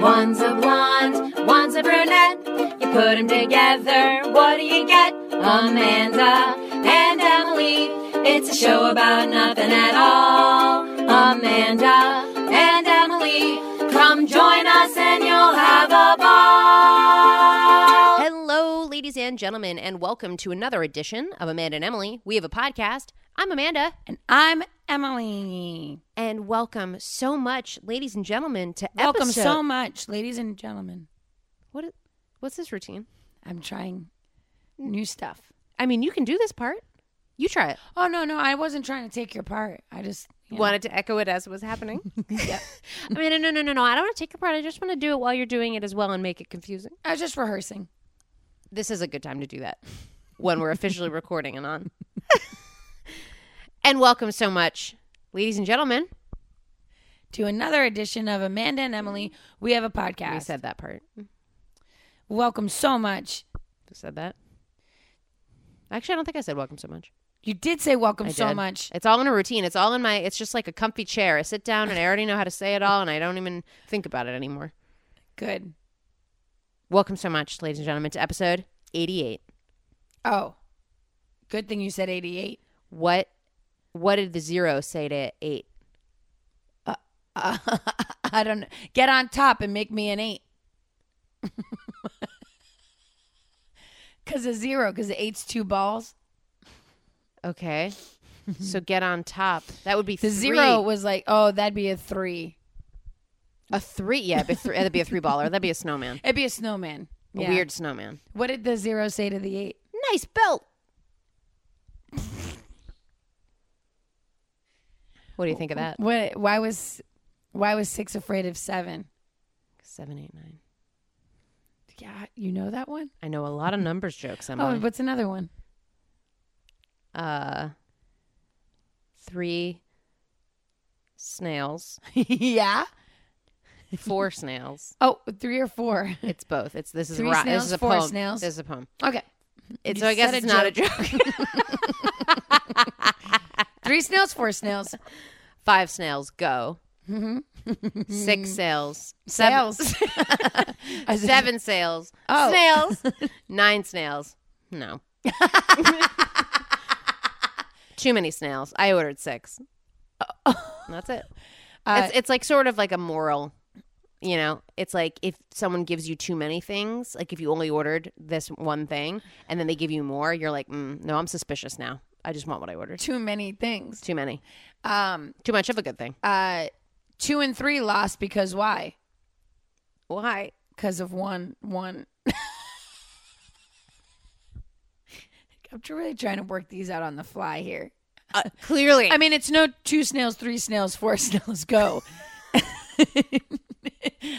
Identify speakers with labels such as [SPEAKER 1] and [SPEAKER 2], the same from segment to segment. [SPEAKER 1] One's a blonde, one's a brunette. You put 'em together, what do you get? Amanda and Emily. It's a show about nothing at all. Amanda and Emily, come join us and you'll have a ball.
[SPEAKER 2] Hello, ladies and gentlemen, and welcome to another edition of Amanda and Emily. We have a podcast. I'm Amanda,
[SPEAKER 3] And I'm Emily.
[SPEAKER 2] and welcome so much, ladies and gentlemen, to
[SPEAKER 3] Welcome
[SPEAKER 2] episode.
[SPEAKER 3] so much, ladies and gentlemen.
[SPEAKER 2] what? i- What's this routine?
[SPEAKER 3] I'm trying new stuff.
[SPEAKER 2] I mean, you can do this part. You try it.
[SPEAKER 3] Oh no, no, I wasn't trying to take your part. I just you know.
[SPEAKER 2] Wanted to echo it as it was happening. I mean, no, no, no, no. I don't want to take your part. I just want to do it while you're doing it as well and make it confusing.
[SPEAKER 3] I was just rehearsing.
[SPEAKER 2] this is a good time to do that when we're officially recording and on. and welcome so much, ladies and gentlemen.
[SPEAKER 3] To another edition of Amanda and Emily, we have a podcast.
[SPEAKER 2] We said that part.
[SPEAKER 3] Welcome so much.
[SPEAKER 2] We said that. Actually, I don't think I said welcome so much.
[SPEAKER 3] You did say welcome
[SPEAKER 2] I
[SPEAKER 3] so
[SPEAKER 2] did.
[SPEAKER 3] much.
[SPEAKER 2] It's all in a routine. It's all in my. It's just like a comfy chair. I sit down and I already know how to say it all, and I don't even think about it anymore.
[SPEAKER 3] Good.
[SPEAKER 2] Welcome so much, ladies and gentlemen, to episode eighty-eight.
[SPEAKER 3] Oh, good thing you said 88.
[SPEAKER 2] What, what did the zero say to eight?
[SPEAKER 3] Uh, I don't know. Get on top and make me an eight. Because a zero, because eight's two balls.
[SPEAKER 2] Okay, so get on top. That would be
[SPEAKER 3] The
[SPEAKER 2] three.
[SPEAKER 3] zero was like, oh, that'd be a three.
[SPEAKER 2] A three, yeah, but three, that'd be a three baller. That'd be a snowman,
[SPEAKER 3] It'd be a snowman.
[SPEAKER 2] a
[SPEAKER 3] Yeah.
[SPEAKER 2] weird snowman.
[SPEAKER 3] What did the zero say to the eight?
[SPEAKER 2] Nice belt. what do you think of that?
[SPEAKER 3] What? Why was, why was six afraid of seven?
[SPEAKER 2] Seven, eight, nine.
[SPEAKER 3] Yeah, you know that one.
[SPEAKER 2] I know a lot of numbers jokes. I'm
[SPEAKER 3] Oh, what's another one?
[SPEAKER 2] uh, three snails,
[SPEAKER 3] yeah.
[SPEAKER 2] four snails.
[SPEAKER 3] Oh, three or four.
[SPEAKER 2] It's both. It's this is
[SPEAKER 3] Three
[SPEAKER 2] a, ro-
[SPEAKER 3] snails,
[SPEAKER 2] this is a
[SPEAKER 3] four
[SPEAKER 2] poem.
[SPEAKER 3] snails.
[SPEAKER 2] This is a poem.
[SPEAKER 3] Okay.
[SPEAKER 2] It's,
[SPEAKER 3] You
[SPEAKER 2] so I guess
[SPEAKER 3] said
[SPEAKER 2] it's
[SPEAKER 3] a
[SPEAKER 2] not a joke.
[SPEAKER 3] Three snails, four snails.
[SPEAKER 2] Five snails go. Six snails.
[SPEAKER 3] Mm-hmm. Snails. I said-
[SPEAKER 2] Seven sails.
[SPEAKER 3] Oh.
[SPEAKER 2] Snails. Nine snails. No. Too many snails. I ordered six. That's it.
[SPEAKER 3] Uh,
[SPEAKER 2] it's, it's like sort of like a moral, you know? It's like if someone gives you too many things, like if you only ordered this one thing and then they give you more, you're like, mm, no, I'm suspicious now. I just want what I ordered.
[SPEAKER 3] too many things.
[SPEAKER 2] Too many.
[SPEAKER 3] Um,
[SPEAKER 2] Too much of a good thing.
[SPEAKER 3] uh, two and three lost because why?
[SPEAKER 2] Why?
[SPEAKER 3] Because of one, one. I'm tr- really trying to work these out on the fly here.
[SPEAKER 2] Uh, clearly.
[SPEAKER 3] I mean, it's no two snails, three snails, four snails go.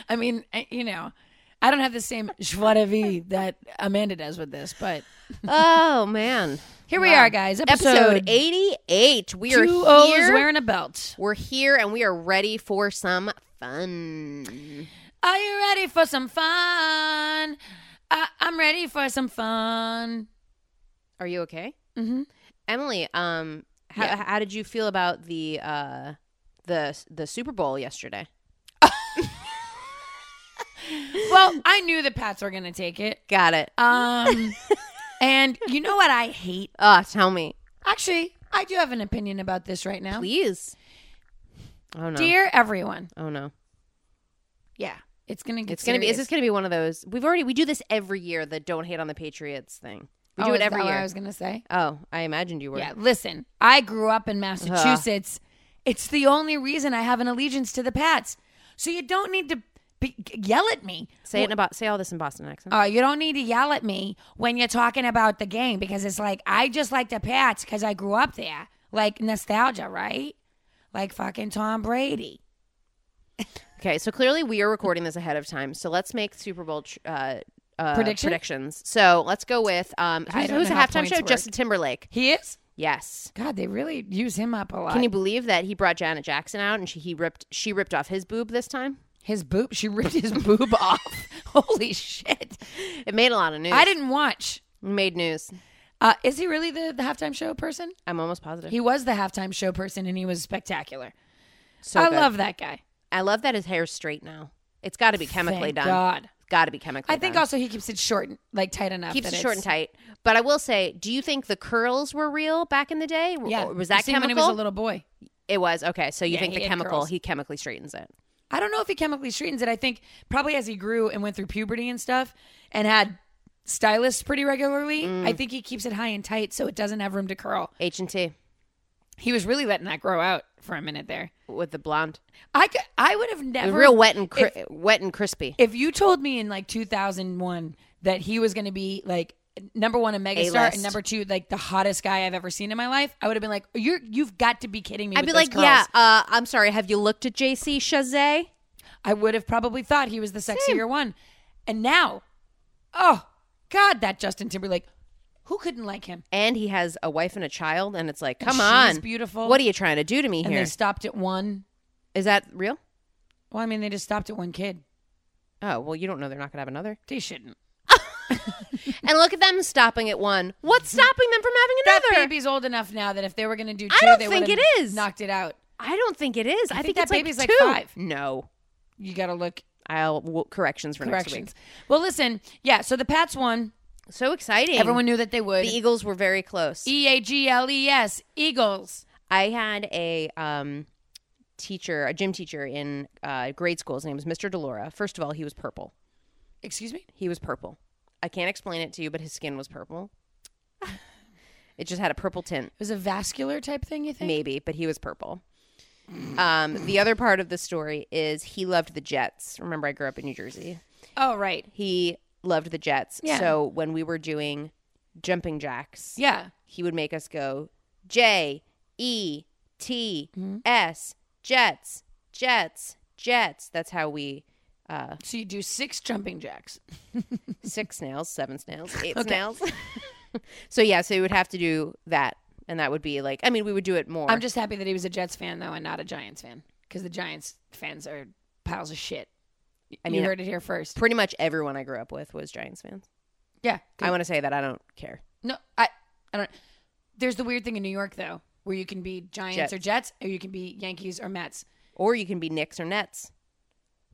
[SPEAKER 3] I mean, I- you know, I don't have the same joie de vie that Amanda does with this, but
[SPEAKER 2] oh, man.
[SPEAKER 3] here we are, guys. Episode,
[SPEAKER 2] Episode 88. We are
[SPEAKER 3] two O's
[SPEAKER 2] here.
[SPEAKER 3] wearing a belt.
[SPEAKER 2] We're here and we are ready for some fun.
[SPEAKER 3] Are you ready for some fun? I- I'm ready for some fun.
[SPEAKER 2] Are you okay?
[SPEAKER 3] Mhm.
[SPEAKER 2] Emily, um how,
[SPEAKER 3] Yeah.
[SPEAKER 2] how did you feel about the uh the the Super Bowl yesterday?
[SPEAKER 3] Well, I knew the Pats were going to take it.
[SPEAKER 2] Got it.
[SPEAKER 3] Um, and you know what I hate?
[SPEAKER 2] Oh, tell me.
[SPEAKER 3] Actually, I do have an opinion about this right now.
[SPEAKER 2] Please. Oh no.
[SPEAKER 3] Dear everyone,
[SPEAKER 2] oh no.
[SPEAKER 3] yeah, it's going to get
[SPEAKER 2] It's going to be
[SPEAKER 3] serious.
[SPEAKER 2] is this going to be one of those We've already we do this every year, the don't hate on the Patriots thing. We
[SPEAKER 3] Oh,
[SPEAKER 2] do
[SPEAKER 3] is
[SPEAKER 2] it every
[SPEAKER 3] that what
[SPEAKER 2] year.
[SPEAKER 3] I was going to say.
[SPEAKER 2] oh, I imagined you were.
[SPEAKER 3] Yeah, listen, I grew up in Massachusetts.
[SPEAKER 2] Uh-huh.
[SPEAKER 3] It's the only reason I have an allegiance to the Pats. So you don't need to be- yell at me.
[SPEAKER 2] Say it in about say all this in Boston accent.
[SPEAKER 3] Uh, you don't need to yell at me when you're talking about the game because it's like I just like the Pats because I grew up there, like nostalgia, right? Like fucking Tom Brady.
[SPEAKER 2] Okay, so clearly we are recording this ahead of time. So let's make Super Bowl tr- uh, uh,
[SPEAKER 3] Prediction?
[SPEAKER 2] predictions. So let's go with um,
[SPEAKER 3] I
[SPEAKER 2] who's,
[SPEAKER 3] don't
[SPEAKER 2] who's the
[SPEAKER 3] know how
[SPEAKER 2] halftime show?
[SPEAKER 3] points work.
[SPEAKER 2] Justin Timberlake.
[SPEAKER 3] He is.
[SPEAKER 2] Yes.
[SPEAKER 3] God, they really use him up a lot.
[SPEAKER 2] Can you believe that he brought Janet Jackson out and she he ripped she ripped off his boob this time?
[SPEAKER 3] his boob. She ripped his boob off. Holy shit!
[SPEAKER 2] It made a lot of news.
[SPEAKER 3] I didn't watch.
[SPEAKER 2] made news.
[SPEAKER 3] Uh, is he really the, the halftime show person?
[SPEAKER 2] I'm almost positive.
[SPEAKER 3] He was the halftime show person, and he was spectacular.
[SPEAKER 2] so
[SPEAKER 3] I
[SPEAKER 2] good.
[SPEAKER 3] love that guy.
[SPEAKER 2] I love that his hair's straight now. It's got to be chemically
[SPEAKER 3] Thank
[SPEAKER 2] done.
[SPEAKER 3] God.
[SPEAKER 2] It's got to be chemically
[SPEAKER 3] I think
[SPEAKER 2] done.
[SPEAKER 3] also he keeps it short, and like tight enough.
[SPEAKER 2] keeps
[SPEAKER 3] that
[SPEAKER 2] it short and
[SPEAKER 3] it's-
[SPEAKER 2] tight. But I will say, do you think the curls were real back in the day? W-
[SPEAKER 3] Yeah,
[SPEAKER 2] or was
[SPEAKER 3] You
[SPEAKER 2] that
[SPEAKER 3] see him when
[SPEAKER 2] chemical?
[SPEAKER 3] he was a little boy?
[SPEAKER 2] it was okay. So you
[SPEAKER 3] Yeah,
[SPEAKER 2] think
[SPEAKER 3] he
[SPEAKER 2] the
[SPEAKER 3] had
[SPEAKER 2] chemical
[SPEAKER 3] curls.
[SPEAKER 2] he chemically straightens it?
[SPEAKER 3] I don't know if he chemically straightens it. I think probably as he grew and went through puberty and stuff, and had stylists pretty regularly.
[SPEAKER 2] Mm.
[SPEAKER 3] I think he keeps it high and tight so it doesn't have room to curl.
[SPEAKER 2] H and T
[SPEAKER 3] He was really letting that grow out for a minute there.
[SPEAKER 2] with the blonde,
[SPEAKER 3] I could, I would have
[SPEAKER 2] It was
[SPEAKER 3] never
[SPEAKER 2] real wet and cri- wet and crispy.
[SPEAKER 3] if you told me in like 2001 that he was going to be like number one a megastar
[SPEAKER 2] A-list.
[SPEAKER 3] and number two like the hottest guy I've ever seen in my life, I would have been like, "You're you've got to be kidding me!"
[SPEAKER 2] I'd
[SPEAKER 3] with
[SPEAKER 2] be
[SPEAKER 3] those
[SPEAKER 2] like, yeah.
[SPEAKER 3] curls."
[SPEAKER 2] Uh, I'm sorry. Have you looked at JC Chazet?
[SPEAKER 3] I would have probably thought he was the sexier one. And now, oh God, that Justin Timberlake, who couldn't like him?
[SPEAKER 2] And he has a wife and a child, and it's like, come
[SPEAKER 3] she's
[SPEAKER 2] on,
[SPEAKER 3] beautiful.
[SPEAKER 2] What are you trying to do to me
[SPEAKER 3] And
[SPEAKER 2] here?
[SPEAKER 3] they
[SPEAKER 2] Is
[SPEAKER 3] stopped at one.
[SPEAKER 2] that real?
[SPEAKER 3] Well, I mean, they just stopped at one kid.
[SPEAKER 2] Oh well, you don't know they're not gonna have another.
[SPEAKER 3] They shouldn't.
[SPEAKER 2] And look at them stopping at one. What's stopping them from
[SPEAKER 3] That
[SPEAKER 2] having another?
[SPEAKER 3] baby's old enough now that if they were going to do two,
[SPEAKER 2] I don't
[SPEAKER 3] they
[SPEAKER 2] think
[SPEAKER 3] would've
[SPEAKER 2] it is.
[SPEAKER 3] knocked it out.
[SPEAKER 2] I don't think it is. I,
[SPEAKER 3] think
[SPEAKER 2] think,
[SPEAKER 3] that
[SPEAKER 2] it's like
[SPEAKER 3] baby's like
[SPEAKER 2] two.
[SPEAKER 3] five.
[SPEAKER 2] No,
[SPEAKER 3] You got to look
[SPEAKER 2] I'll w- corrections for
[SPEAKER 3] corrections.
[SPEAKER 2] next
[SPEAKER 3] Well, listen, yeah. So the Pats won.
[SPEAKER 2] week. So exciting!
[SPEAKER 3] Everyone knew that they would.
[SPEAKER 2] the Eagles were very close.
[SPEAKER 3] E A G L E S Eagles.
[SPEAKER 2] I had a um, teacher, a gym teacher in uh, grade school. His name was Mr. Delora. First of all, he was purple.
[SPEAKER 3] Excuse me.
[SPEAKER 2] He was purple. I can't explain it to you, but his skin was purple. it just had a purple tint.
[SPEAKER 3] It was a vascular type thing. You think?
[SPEAKER 2] Maybe, but he was purple. Um, the other part of the story is he loved the Jets. Remember, I grew up in New Jersey.
[SPEAKER 3] Oh, right.
[SPEAKER 2] He loved the Jets.
[SPEAKER 3] Yeah.
[SPEAKER 2] So when we were doing jumping jacks,
[SPEAKER 3] Yeah.
[SPEAKER 2] he would make us go J E T S Jets, Jets, Jets. That's how we uh,
[SPEAKER 3] So you do six jumping jacks.
[SPEAKER 2] six snails, seven snails, eight snails. so yeah, so we would have to do that, and that would be like I mean we would do it more.
[SPEAKER 3] I'm just happy that he was a Jets fan though, and not a Giants fan, because the Giants fans are piles of shit. I mean,
[SPEAKER 2] mean,
[SPEAKER 3] you heard it here first.
[SPEAKER 2] Pretty much everyone I grew up with was Giants fans.
[SPEAKER 3] Yeah.
[SPEAKER 2] I want to say that I don't care.
[SPEAKER 3] no, I. I don't. There's the weird thing in New York though, where you can be Giants
[SPEAKER 2] Jets.
[SPEAKER 3] or Jets, or you can be Yankees or Mets.
[SPEAKER 2] Or you can be Knicks or Nets.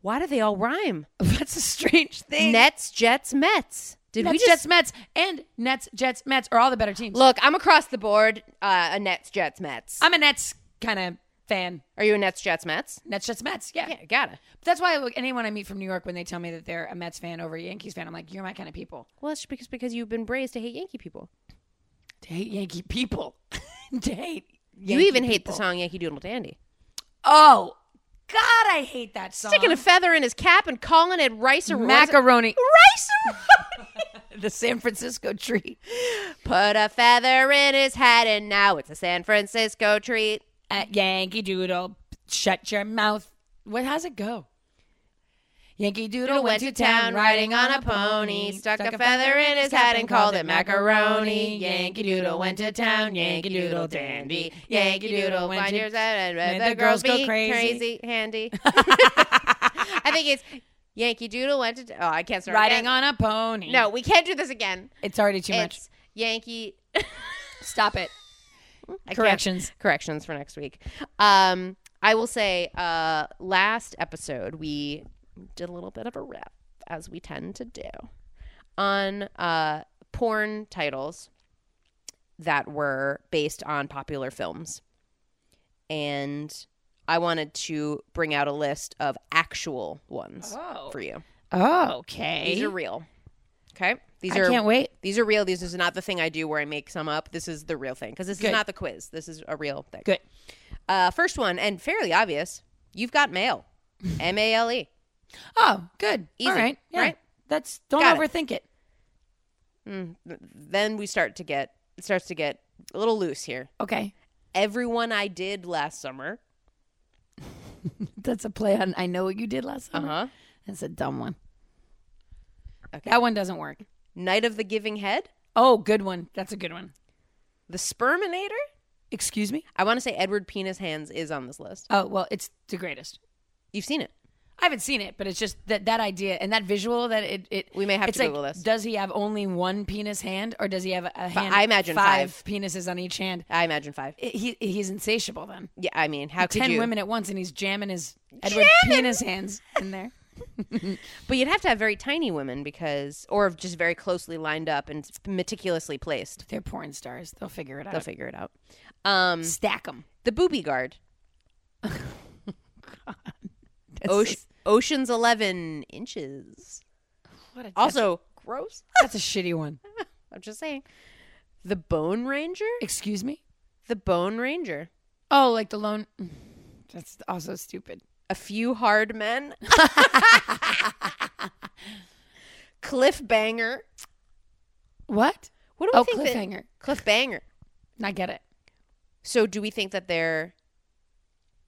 [SPEAKER 2] Why do they all rhyme?
[SPEAKER 3] That's a strange thing.
[SPEAKER 2] Nets, Jets, Mets. Did
[SPEAKER 3] Eh. Nets,
[SPEAKER 2] we just
[SPEAKER 3] Jets, Mets, and Nets, Jets, Mets are all the better teams.
[SPEAKER 2] look? I'm across the board. Uh, a Nets, Jets, Mets.
[SPEAKER 3] I'm a Nets kind of fan.
[SPEAKER 2] Are you a Nets, Jets, Mets?
[SPEAKER 3] Nets, Jets, Mets. Yeah.
[SPEAKER 2] Yeah, gotta.
[SPEAKER 3] That's why like, anyone I meet from New York, when they tell me that they're a Mets fan over a Yankees fan, I'm like, you're my kind of people.
[SPEAKER 2] Well, it's because because you've been raised to hate Yankee people.
[SPEAKER 3] To hate Yankee people. to hate.
[SPEAKER 2] you
[SPEAKER 3] Yankee
[SPEAKER 2] even hate the
[SPEAKER 3] people.
[SPEAKER 2] song Yankee Doodle Dandy.
[SPEAKER 3] Oh, God, I hate that song.
[SPEAKER 2] Sticking a feather in his cap and calling it rice or
[SPEAKER 3] macaroni.
[SPEAKER 2] Rice
[SPEAKER 3] the San Francisco tree.
[SPEAKER 2] Put a feather in his hat and now it's a San Francisco treat.
[SPEAKER 3] At Yankee Doodle, shut your mouth. What? How's it go? Yankee Doodle,
[SPEAKER 2] Doodle
[SPEAKER 3] went to town riding on a pony. Stuck a feather in his hat and called it macaroni. Yankee Doodle went to town. Yankee Doodle dandy. Yankee Doodle went
[SPEAKER 2] years
[SPEAKER 3] to.
[SPEAKER 2] and
[SPEAKER 3] made
[SPEAKER 2] the, girls go crazy. handy. I think it's Yankee Doodle went to. Oh, I can't start
[SPEAKER 3] Riding
[SPEAKER 2] again.
[SPEAKER 3] on a pony.
[SPEAKER 2] No, we can't do this again.
[SPEAKER 3] It's already too much.
[SPEAKER 2] It's Yankee.
[SPEAKER 3] Stop it.
[SPEAKER 2] I can't-
[SPEAKER 3] Corrections.
[SPEAKER 2] corrections for next week. Um, I will say, uh, last episode we did a little bit of a rip, as we tend to do, on uh, porn titles that were based on popular films, and I wanted to bring out a list of actual ones
[SPEAKER 3] Oh.
[SPEAKER 2] for you.
[SPEAKER 3] Okay.
[SPEAKER 2] These are real. Okay, these
[SPEAKER 3] I
[SPEAKER 2] are
[SPEAKER 3] can't wait.
[SPEAKER 2] these are real. These is not the thing I do where I make some up. This is the real thing because this
[SPEAKER 3] Good.
[SPEAKER 2] is not the quiz. This is a real thing.
[SPEAKER 3] Good.
[SPEAKER 2] Uh, first one and fairly obvious. You've got mail. M A L E.
[SPEAKER 3] Oh, good.
[SPEAKER 2] Easy,
[SPEAKER 3] All right. Yeah.
[SPEAKER 2] right?
[SPEAKER 3] That's don't
[SPEAKER 2] Got it.
[SPEAKER 3] overthink it.
[SPEAKER 2] Then we start to get it starts to get a little loose here.
[SPEAKER 3] Okay.
[SPEAKER 2] Everyone I did last summer.
[SPEAKER 3] That's a play on I know what you did last
[SPEAKER 2] Uh
[SPEAKER 3] summer.
[SPEAKER 2] huh.
[SPEAKER 3] That's a dumb one.
[SPEAKER 2] Okay.
[SPEAKER 3] That one doesn't work.
[SPEAKER 2] Night of the Giving Head.
[SPEAKER 3] Oh, good one. That's a good one.
[SPEAKER 2] The Sperminator.
[SPEAKER 3] Excuse me?
[SPEAKER 2] I want to say Edward Penis Hands is on this list.
[SPEAKER 3] Oh, well, it's the greatest.
[SPEAKER 2] You've seen it.
[SPEAKER 3] I haven't seen it, but it's just that that idea and that visual that it, it
[SPEAKER 2] We may have
[SPEAKER 3] it's
[SPEAKER 2] to
[SPEAKER 3] like,
[SPEAKER 2] Google this.
[SPEAKER 3] Does he have only one penis hand or does he have a hand
[SPEAKER 2] I imagine five.
[SPEAKER 3] penises on each hand?
[SPEAKER 2] I imagine five.
[SPEAKER 3] I- He he's insatiable then.
[SPEAKER 2] Yeah, I mean, how could
[SPEAKER 3] Ten
[SPEAKER 2] you?
[SPEAKER 3] women at once and he's jamming his Edward penis hands in there.
[SPEAKER 2] But you'd have to have very tiny women because, or just very closely lined up and meticulously placed.
[SPEAKER 3] They're porn stars. They'll figure it out.
[SPEAKER 2] They'll figure it out. Um,
[SPEAKER 3] Stack them.
[SPEAKER 2] the booby guard. Oce- Ocean's 11 inches. Also, gross.
[SPEAKER 3] that's a shitty one.
[SPEAKER 2] I'm just saying. The Bone Ranger?
[SPEAKER 3] Excuse me.
[SPEAKER 2] The Bone Ranger.
[SPEAKER 3] Oh, like the lone. That's also stupid.
[SPEAKER 2] A few hard men. Cliffbanger.
[SPEAKER 3] What?
[SPEAKER 2] What do
[SPEAKER 3] Oh,
[SPEAKER 2] we think? that-
[SPEAKER 3] cliffhanger.
[SPEAKER 2] cliffbanger.
[SPEAKER 3] I get it.
[SPEAKER 2] So do we think that they're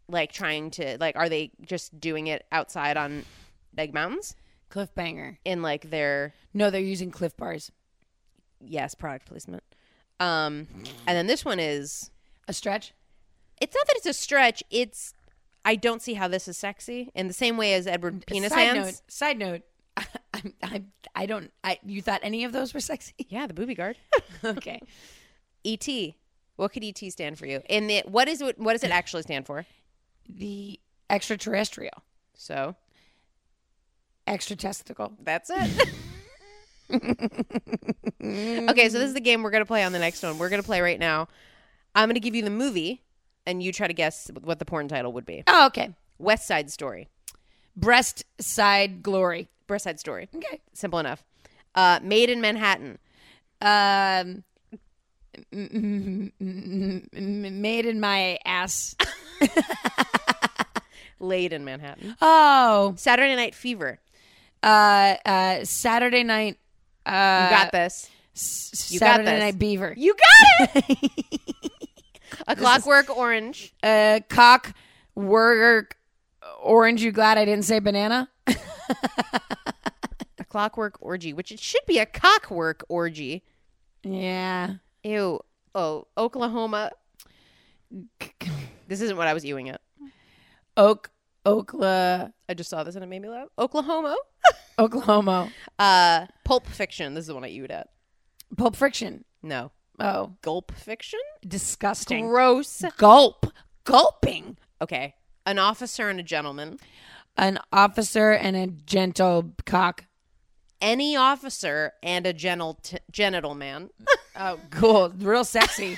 [SPEAKER 2] like trying to like are they just doing it outside on like mountains
[SPEAKER 3] Cliffbanger.
[SPEAKER 2] in like their
[SPEAKER 3] No, they're using cliff bars.
[SPEAKER 2] yes product placement. Um and then this one is
[SPEAKER 3] A stretch.
[SPEAKER 2] it's not that it's a stretch, it's I don't see how this is sexy in the same way as Edward Penis
[SPEAKER 3] side
[SPEAKER 2] Hands.
[SPEAKER 3] note. Side note. I'm, I'm, I don't. I you thought any of those were sexy?
[SPEAKER 2] Yeah, the booby guard.
[SPEAKER 3] okay.
[SPEAKER 2] ET. What could ET stand for you? And the, what is it, what does it actually stand for?
[SPEAKER 3] The extraterrestrial,
[SPEAKER 2] So
[SPEAKER 3] extra testicle.
[SPEAKER 2] that's it. okay, so this is the game we're gonna play on the next one. We're gonna play right now. I'm gonna give you the movie, and you try to guess what the porn title would be.
[SPEAKER 3] Oh, okay.
[SPEAKER 2] West Side Story,
[SPEAKER 3] Breast side glory.
[SPEAKER 2] West Side Story.
[SPEAKER 3] Okay.
[SPEAKER 2] Simple enough. Uh, Made in Manhattan.
[SPEAKER 3] Um, m- m- m- m- made in my ass.
[SPEAKER 2] Laid in Manhattan.
[SPEAKER 3] Oh,
[SPEAKER 2] Saturday Night Fever.
[SPEAKER 3] uh, uh, Saturday night.
[SPEAKER 2] You
[SPEAKER 3] Uh,
[SPEAKER 2] got this.
[SPEAKER 3] s-
[SPEAKER 2] you got
[SPEAKER 3] Saturday
[SPEAKER 2] this.
[SPEAKER 3] night beaver.
[SPEAKER 2] You got it. A Clockwork Orange.
[SPEAKER 3] Uh, cock work orange. You glad I didn't say banana?
[SPEAKER 2] A Clockwork Orgy, which it should be a cockwork orgy.
[SPEAKER 3] Yeah.
[SPEAKER 2] Ew. Oh, Oklahoma. This isn't what I was ewing at.
[SPEAKER 3] Oak, Okla,
[SPEAKER 2] I just saw this and it made me laugh. Oklahoma.
[SPEAKER 3] Oklahoma.
[SPEAKER 2] Uh, Pulp Fiction. This is the one I ewed at.
[SPEAKER 3] Pulp Friction.
[SPEAKER 2] No.
[SPEAKER 3] Oh,
[SPEAKER 2] Gulp Fiction?
[SPEAKER 3] disgusting.
[SPEAKER 2] Gross.
[SPEAKER 3] Gulp. Gulping.
[SPEAKER 2] Okay. An officer and a gentleman.
[SPEAKER 3] An officer and a gentle cock.
[SPEAKER 2] Any officer and a gentle t- genital man.
[SPEAKER 3] Oh, cool. Real sexy.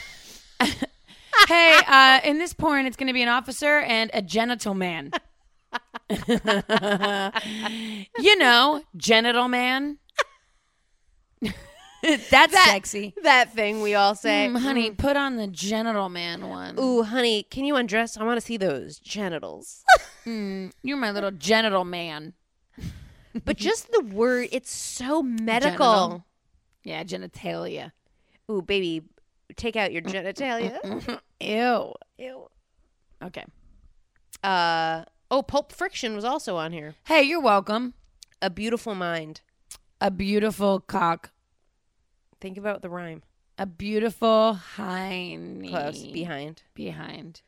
[SPEAKER 3] hey, uh, in this porn, it's going to be an officer and a genital man. you know, genital man. That's sexy.
[SPEAKER 2] that thing we all say.
[SPEAKER 3] Mm, honey, put on the genital man one.
[SPEAKER 2] Ooh, honey, can you undress? I want to see those genitals.
[SPEAKER 3] You're my little genital man.
[SPEAKER 2] but just the word, it's so
[SPEAKER 3] Genital.
[SPEAKER 2] medical.
[SPEAKER 3] Yeah, genitalia.
[SPEAKER 2] Ooh, baby, take out your genitalia.
[SPEAKER 3] Ew.
[SPEAKER 2] Ew.
[SPEAKER 3] Okay.
[SPEAKER 2] Uh, oh, Pulp Friction was also on here.
[SPEAKER 3] Hey, you're welcome.
[SPEAKER 2] A Beautiful Mind.
[SPEAKER 3] A beautiful cock.
[SPEAKER 2] Think about the rhyme.
[SPEAKER 3] A beautiful hind.
[SPEAKER 2] Close. Behind.
[SPEAKER 3] Behind.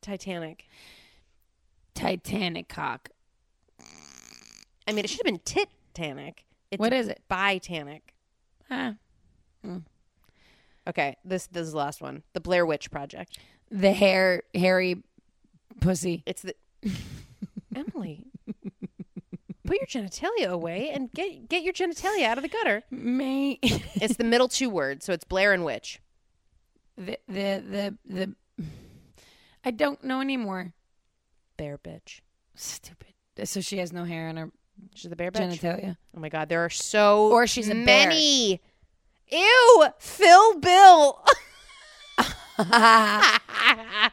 [SPEAKER 2] Titanic.
[SPEAKER 3] Titanic cock.
[SPEAKER 2] I mean, it should have been Titanic. It's
[SPEAKER 3] What is it?
[SPEAKER 2] Bitanic.
[SPEAKER 3] Ah.
[SPEAKER 2] Okay, this this is the last one. The Blair Witch Project.
[SPEAKER 3] The hair, hairy pussy.
[SPEAKER 2] It's the Emily. Put your genitalia away and get get your genitalia out of the gutter.
[SPEAKER 3] May
[SPEAKER 2] It's the middle two words, so it's Blair and Witch.
[SPEAKER 3] the, the the the. I don't know anymore.
[SPEAKER 2] Bear bitch.
[SPEAKER 3] Stupid. So she has no hair on her
[SPEAKER 2] She's the bear bitch.
[SPEAKER 3] genitalia.
[SPEAKER 2] oh my god, there are so
[SPEAKER 3] Or she's a bear.
[SPEAKER 2] many. Ew, Phil Bill.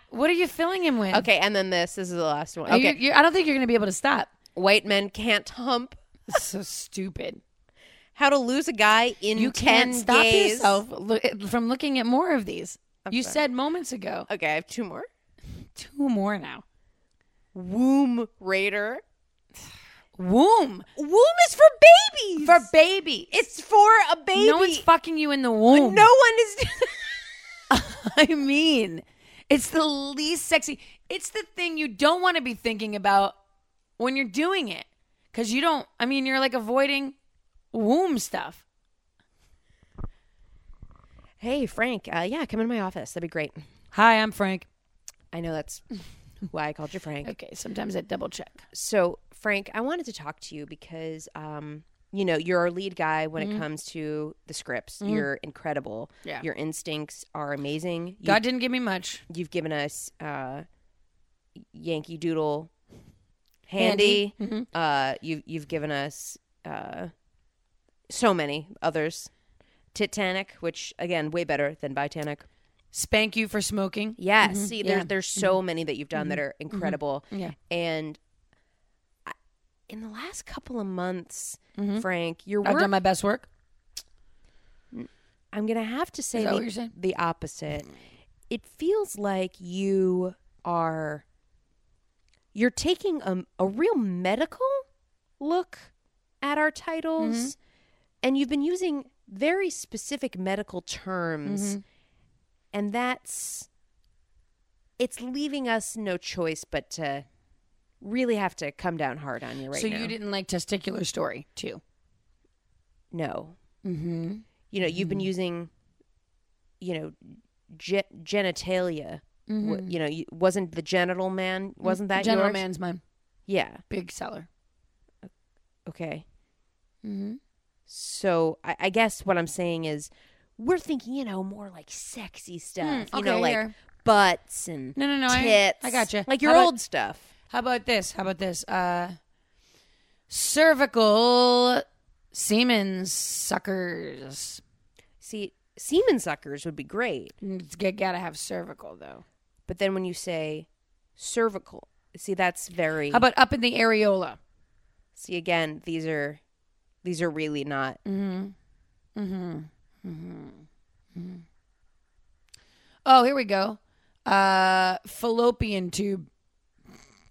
[SPEAKER 3] What are you filling him with?
[SPEAKER 2] okay, and then this. This is the last one.
[SPEAKER 3] Are
[SPEAKER 2] Okay,
[SPEAKER 3] you- you- I don't think you're gonna be able to stop.
[SPEAKER 2] white men can't hump.
[SPEAKER 3] so stupid.
[SPEAKER 2] How to lose a guy in
[SPEAKER 3] You
[SPEAKER 2] 10
[SPEAKER 3] can't stop
[SPEAKER 2] days.
[SPEAKER 3] yourself lo- eh, from looking at more of these. you said moments ago.
[SPEAKER 2] Okay, I have two more.
[SPEAKER 3] Two more now.
[SPEAKER 2] Womb Raider.
[SPEAKER 3] Womb
[SPEAKER 2] Womb is for babies.
[SPEAKER 3] for baby.
[SPEAKER 2] it's for a baby.
[SPEAKER 3] No one's fucking you in the womb.
[SPEAKER 2] No one is.
[SPEAKER 3] I mean, it's the least sexy. It's the thing you don't want to be thinking about when you're doing it. Because you don't, I mean, you're like avoiding womb stuff.
[SPEAKER 2] hey Frank, uh, yeah, come in my office. That'd be great.
[SPEAKER 3] Hi, I'm Frank.
[SPEAKER 2] I know that's why I called you Frank.
[SPEAKER 3] Okay, sometimes I double check.
[SPEAKER 2] So, Frank, I wanted to talk to you because, um, you know, you're our lead guy when it comes to the scripts. You're incredible.
[SPEAKER 3] Yeah.
[SPEAKER 2] Your instincts are amazing. You,
[SPEAKER 3] God didn't give me much.
[SPEAKER 2] you've given us uh, Yankee Doodle Handy. Uh, you've, you've given us uh, so many others. Titanic, which, again, way better than Titanic.
[SPEAKER 3] Spank you for smoking.
[SPEAKER 2] Yes. See, there's
[SPEAKER 3] Mm-hmm. Yeah. Mm-hmm.
[SPEAKER 2] there's so many that you've done that are incredible.
[SPEAKER 3] Yeah.
[SPEAKER 2] And I- in the last couple of months,
[SPEAKER 3] Mm-hmm.
[SPEAKER 2] Frank, your
[SPEAKER 3] I've
[SPEAKER 2] work,
[SPEAKER 3] done my best work.
[SPEAKER 2] I'm going to have to say
[SPEAKER 3] that
[SPEAKER 2] the,
[SPEAKER 3] what you're saying?
[SPEAKER 2] the opposite. It feels like you are you're taking a, a real medical look at our titles
[SPEAKER 3] Mm-hmm.
[SPEAKER 2] and you've been using very specific medical
[SPEAKER 3] Mm-hmm.
[SPEAKER 2] terms and that's it's leaving us no choice but to really have to come down hard on you right
[SPEAKER 3] so
[SPEAKER 2] now.
[SPEAKER 3] you didn't like testicular story too.
[SPEAKER 2] No. Mm-hmm. You know, you've been using, you know, ge- genitalia.
[SPEAKER 3] Mm-hmm.
[SPEAKER 2] W- you know, you, wasn't the genital
[SPEAKER 3] Mm,
[SPEAKER 2] man? Wasn't that
[SPEAKER 3] General
[SPEAKER 2] yours?
[SPEAKER 3] Man's my
[SPEAKER 2] Yeah.
[SPEAKER 3] big seller.
[SPEAKER 2] Okay. Mm-hmm. So I, I guess what I'm saying is, we're thinking, you know, more like sexy stuff.
[SPEAKER 3] Hmm,
[SPEAKER 2] you know,
[SPEAKER 3] okay,
[SPEAKER 2] like
[SPEAKER 3] yeah.
[SPEAKER 2] butts and
[SPEAKER 3] No, no, no, I-
[SPEAKER 2] tits.
[SPEAKER 3] I gotcha.
[SPEAKER 2] Like
[SPEAKER 3] How
[SPEAKER 2] your
[SPEAKER 3] about-
[SPEAKER 2] old stuff.
[SPEAKER 3] How about this? How about this? Uh cervical semen suckers.
[SPEAKER 2] See, semen suckers would be great,
[SPEAKER 3] It's g- gotta have cervical though.
[SPEAKER 2] but then when you say cervical, see, that's very.
[SPEAKER 3] How about up in the areola?
[SPEAKER 2] See again, these are these are really not.
[SPEAKER 3] Mm. Oh, here we go. Uh fallopian tube.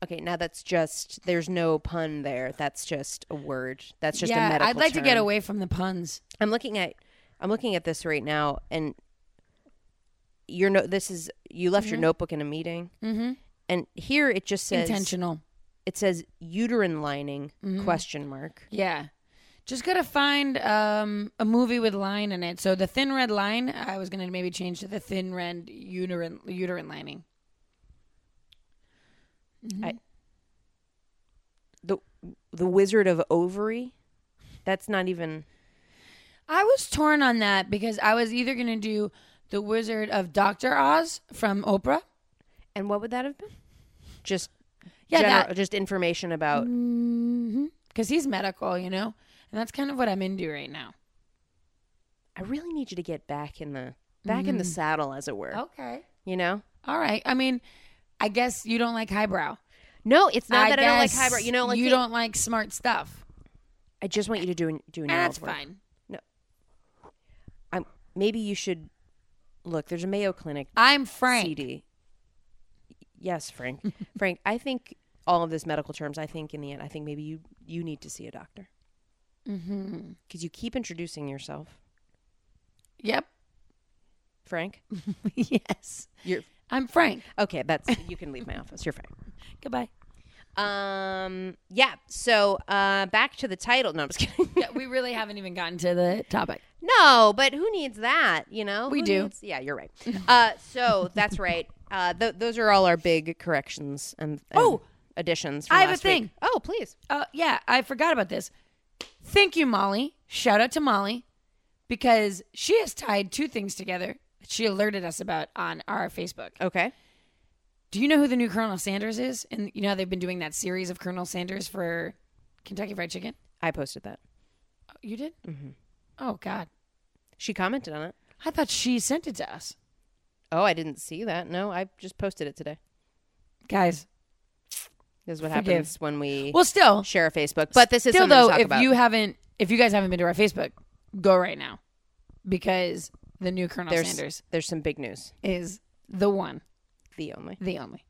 [SPEAKER 2] Okay, now that's just there's no pun there. That's just a word. That's just a
[SPEAKER 3] yeah,
[SPEAKER 2] medical.
[SPEAKER 3] I'd like to get
[SPEAKER 2] term.
[SPEAKER 3] away from the puns.
[SPEAKER 2] I'm looking at I'm looking at this right now and your no this is you left your notebook in a meeting. Mm-hmm. And here it just says
[SPEAKER 3] Intentional.
[SPEAKER 2] it says uterine lining
[SPEAKER 3] Mm-hmm.
[SPEAKER 2] question mark.
[SPEAKER 3] Yeah. Just gotta find um, a movie with line in it. So the thin red line, I was gonna maybe change to the thin red uterine uterine lining.
[SPEAKER 2] The the Wizard of Ovary. That's not even
[SPEAKER 3] I was torn on that because I was either gonna do the Wizard of Doctor Oz from Oprah.
[SPEAKER 2] And what would that have been? Just
[SPEAKER 3] Yeah,
[SPEAKER 2] gener-
[SPEAKER 3] that-
[SPEAKER 2] just information about
[SPEAKER 3] Because he's medical, you know? And that's kind of what I'm into right now.
[SPEAKER 2] I really need you to get back in the back in the saddle, as it were.
[SPEAKER 3] Okay.
[SPEAKER 2] You know?
[SPEAKER 3] All right. I mean, I guess you don't like highbrow.
[SPEAKER 2] No, it's not
[SPEAKER 3] I
[SPEAKER 2] that I don't like
[SPEAKER 3] guess
[SPEAKER 2] highbrow. You know, like
[SPEAKER 3] you
[SPEAKER 2] the-
[SPEAKER 3] don't like smart stuff.
[SPEAKER 2] I just want you to do an, do an
[SPEAKER 3] And that's
[SPEAKER 2] work.
[SPEAKER 3] fine.
[SPEAKER 2] Ah, I'm, maybe you should look. There's a Mayo Clinic
[SPEAKER 3] I'm Frank.
[SPEAKER 2] CD. Yes, Frank. Frank, I think all of this medical terms. I think in the end, I think maybe you you need to see a doctor because you keep introducing yourself,
[SPEAKER 3] Yep.
[SPEAKER 2] Frank.
[SPEAKER 3] yes.
[SPEAKER 2] You're
[SPEAKER 3] I'm Frank.
[SPEAKER 2] okay. That's you can leave my office. You're Frank.
[SPEAKER 3] Goodbye.
[SPEAKER 2] Um. Yeah. So, uh, back to the title. No, I'm just kidding.
[SPEAKER 3] Yeah, we really haven't even gotten to the topic.
[SPEAKER 2] No, but who needs that? You know,
[SPEAKER 3] We
[SPEAKER 2] Who
[SPEAKER 3] do. Mhm.
[SPEAKER 2] needs- yeah, you're right. Uh, so that's right. Uh, th- those are all our big corrections and, and
[SPEAKER 3] Oh,
[SPEAKER 2] additions. From
[SPEAKER 3] I have a
[SPEAKER 2] last week.
[SPEAKER 3] thing.
[SPEAKER 2] Oh, please.
[SPEAKER 3] Oh, yeah, I forgot about this. Thank you, Molly. Shout out to Molly because she has tied two things together that she alerted us about on our Facebook.
[SPEAKER 2] Okay.
[SPEAKER 3] Do you know who the new Colonel Sanders is? And you know how they've been doing that series of Colonel Sanders for Kentucky Fried Chicken?
[SPEAKER 2] I posted that.
[SPEAKER 3] Oh, you did? Mm-hmm. Oh, God.
[SPEAKER 2] She commented on it.
[SPEAKER 3] I thought she sent it to us.
[SPEAKER 2] Oh, I didn't see that. No, I just posted it today.
[SPEAKER 3] Guys.
[SPEAKER 2] This is what
[SPEAKER 3] Forgive.
[SPEAKER 2] happens when we
[SPEAKER 3] Well, still,
[SPEAKER 2] share a Facebook. But this is
[SPEAKER 3] still
[SPEAKER 2] something to
[SPEAKER 3] though
[SPEAKER 2] talk
[SPEAKER 3] if
[SPEAKER 2] about.
[SPEAKER 3] you haven't if you guys haven't been to our facebook go right now because the new colonel
[SPEAKER 2] there's
[SPEAKER 3] sanders
[SPEAKER 2] there's some big news.
[SPEAKER 3] is the one
[SPEAKER 2] The only.
[SPEAKER 3] the only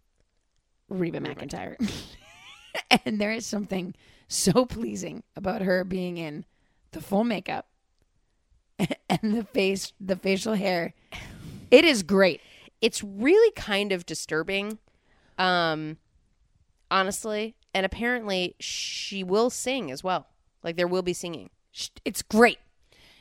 [SPEAKER 3] reba mcintyre and there is something so pleasing about her being in the full makeup and the face the facial hair it is great
[SPEAKER 2] it's really kind of disturbing um honestly and apparently she will sing as well like there will be singing
[SPEAKER 3] Sh- it's great.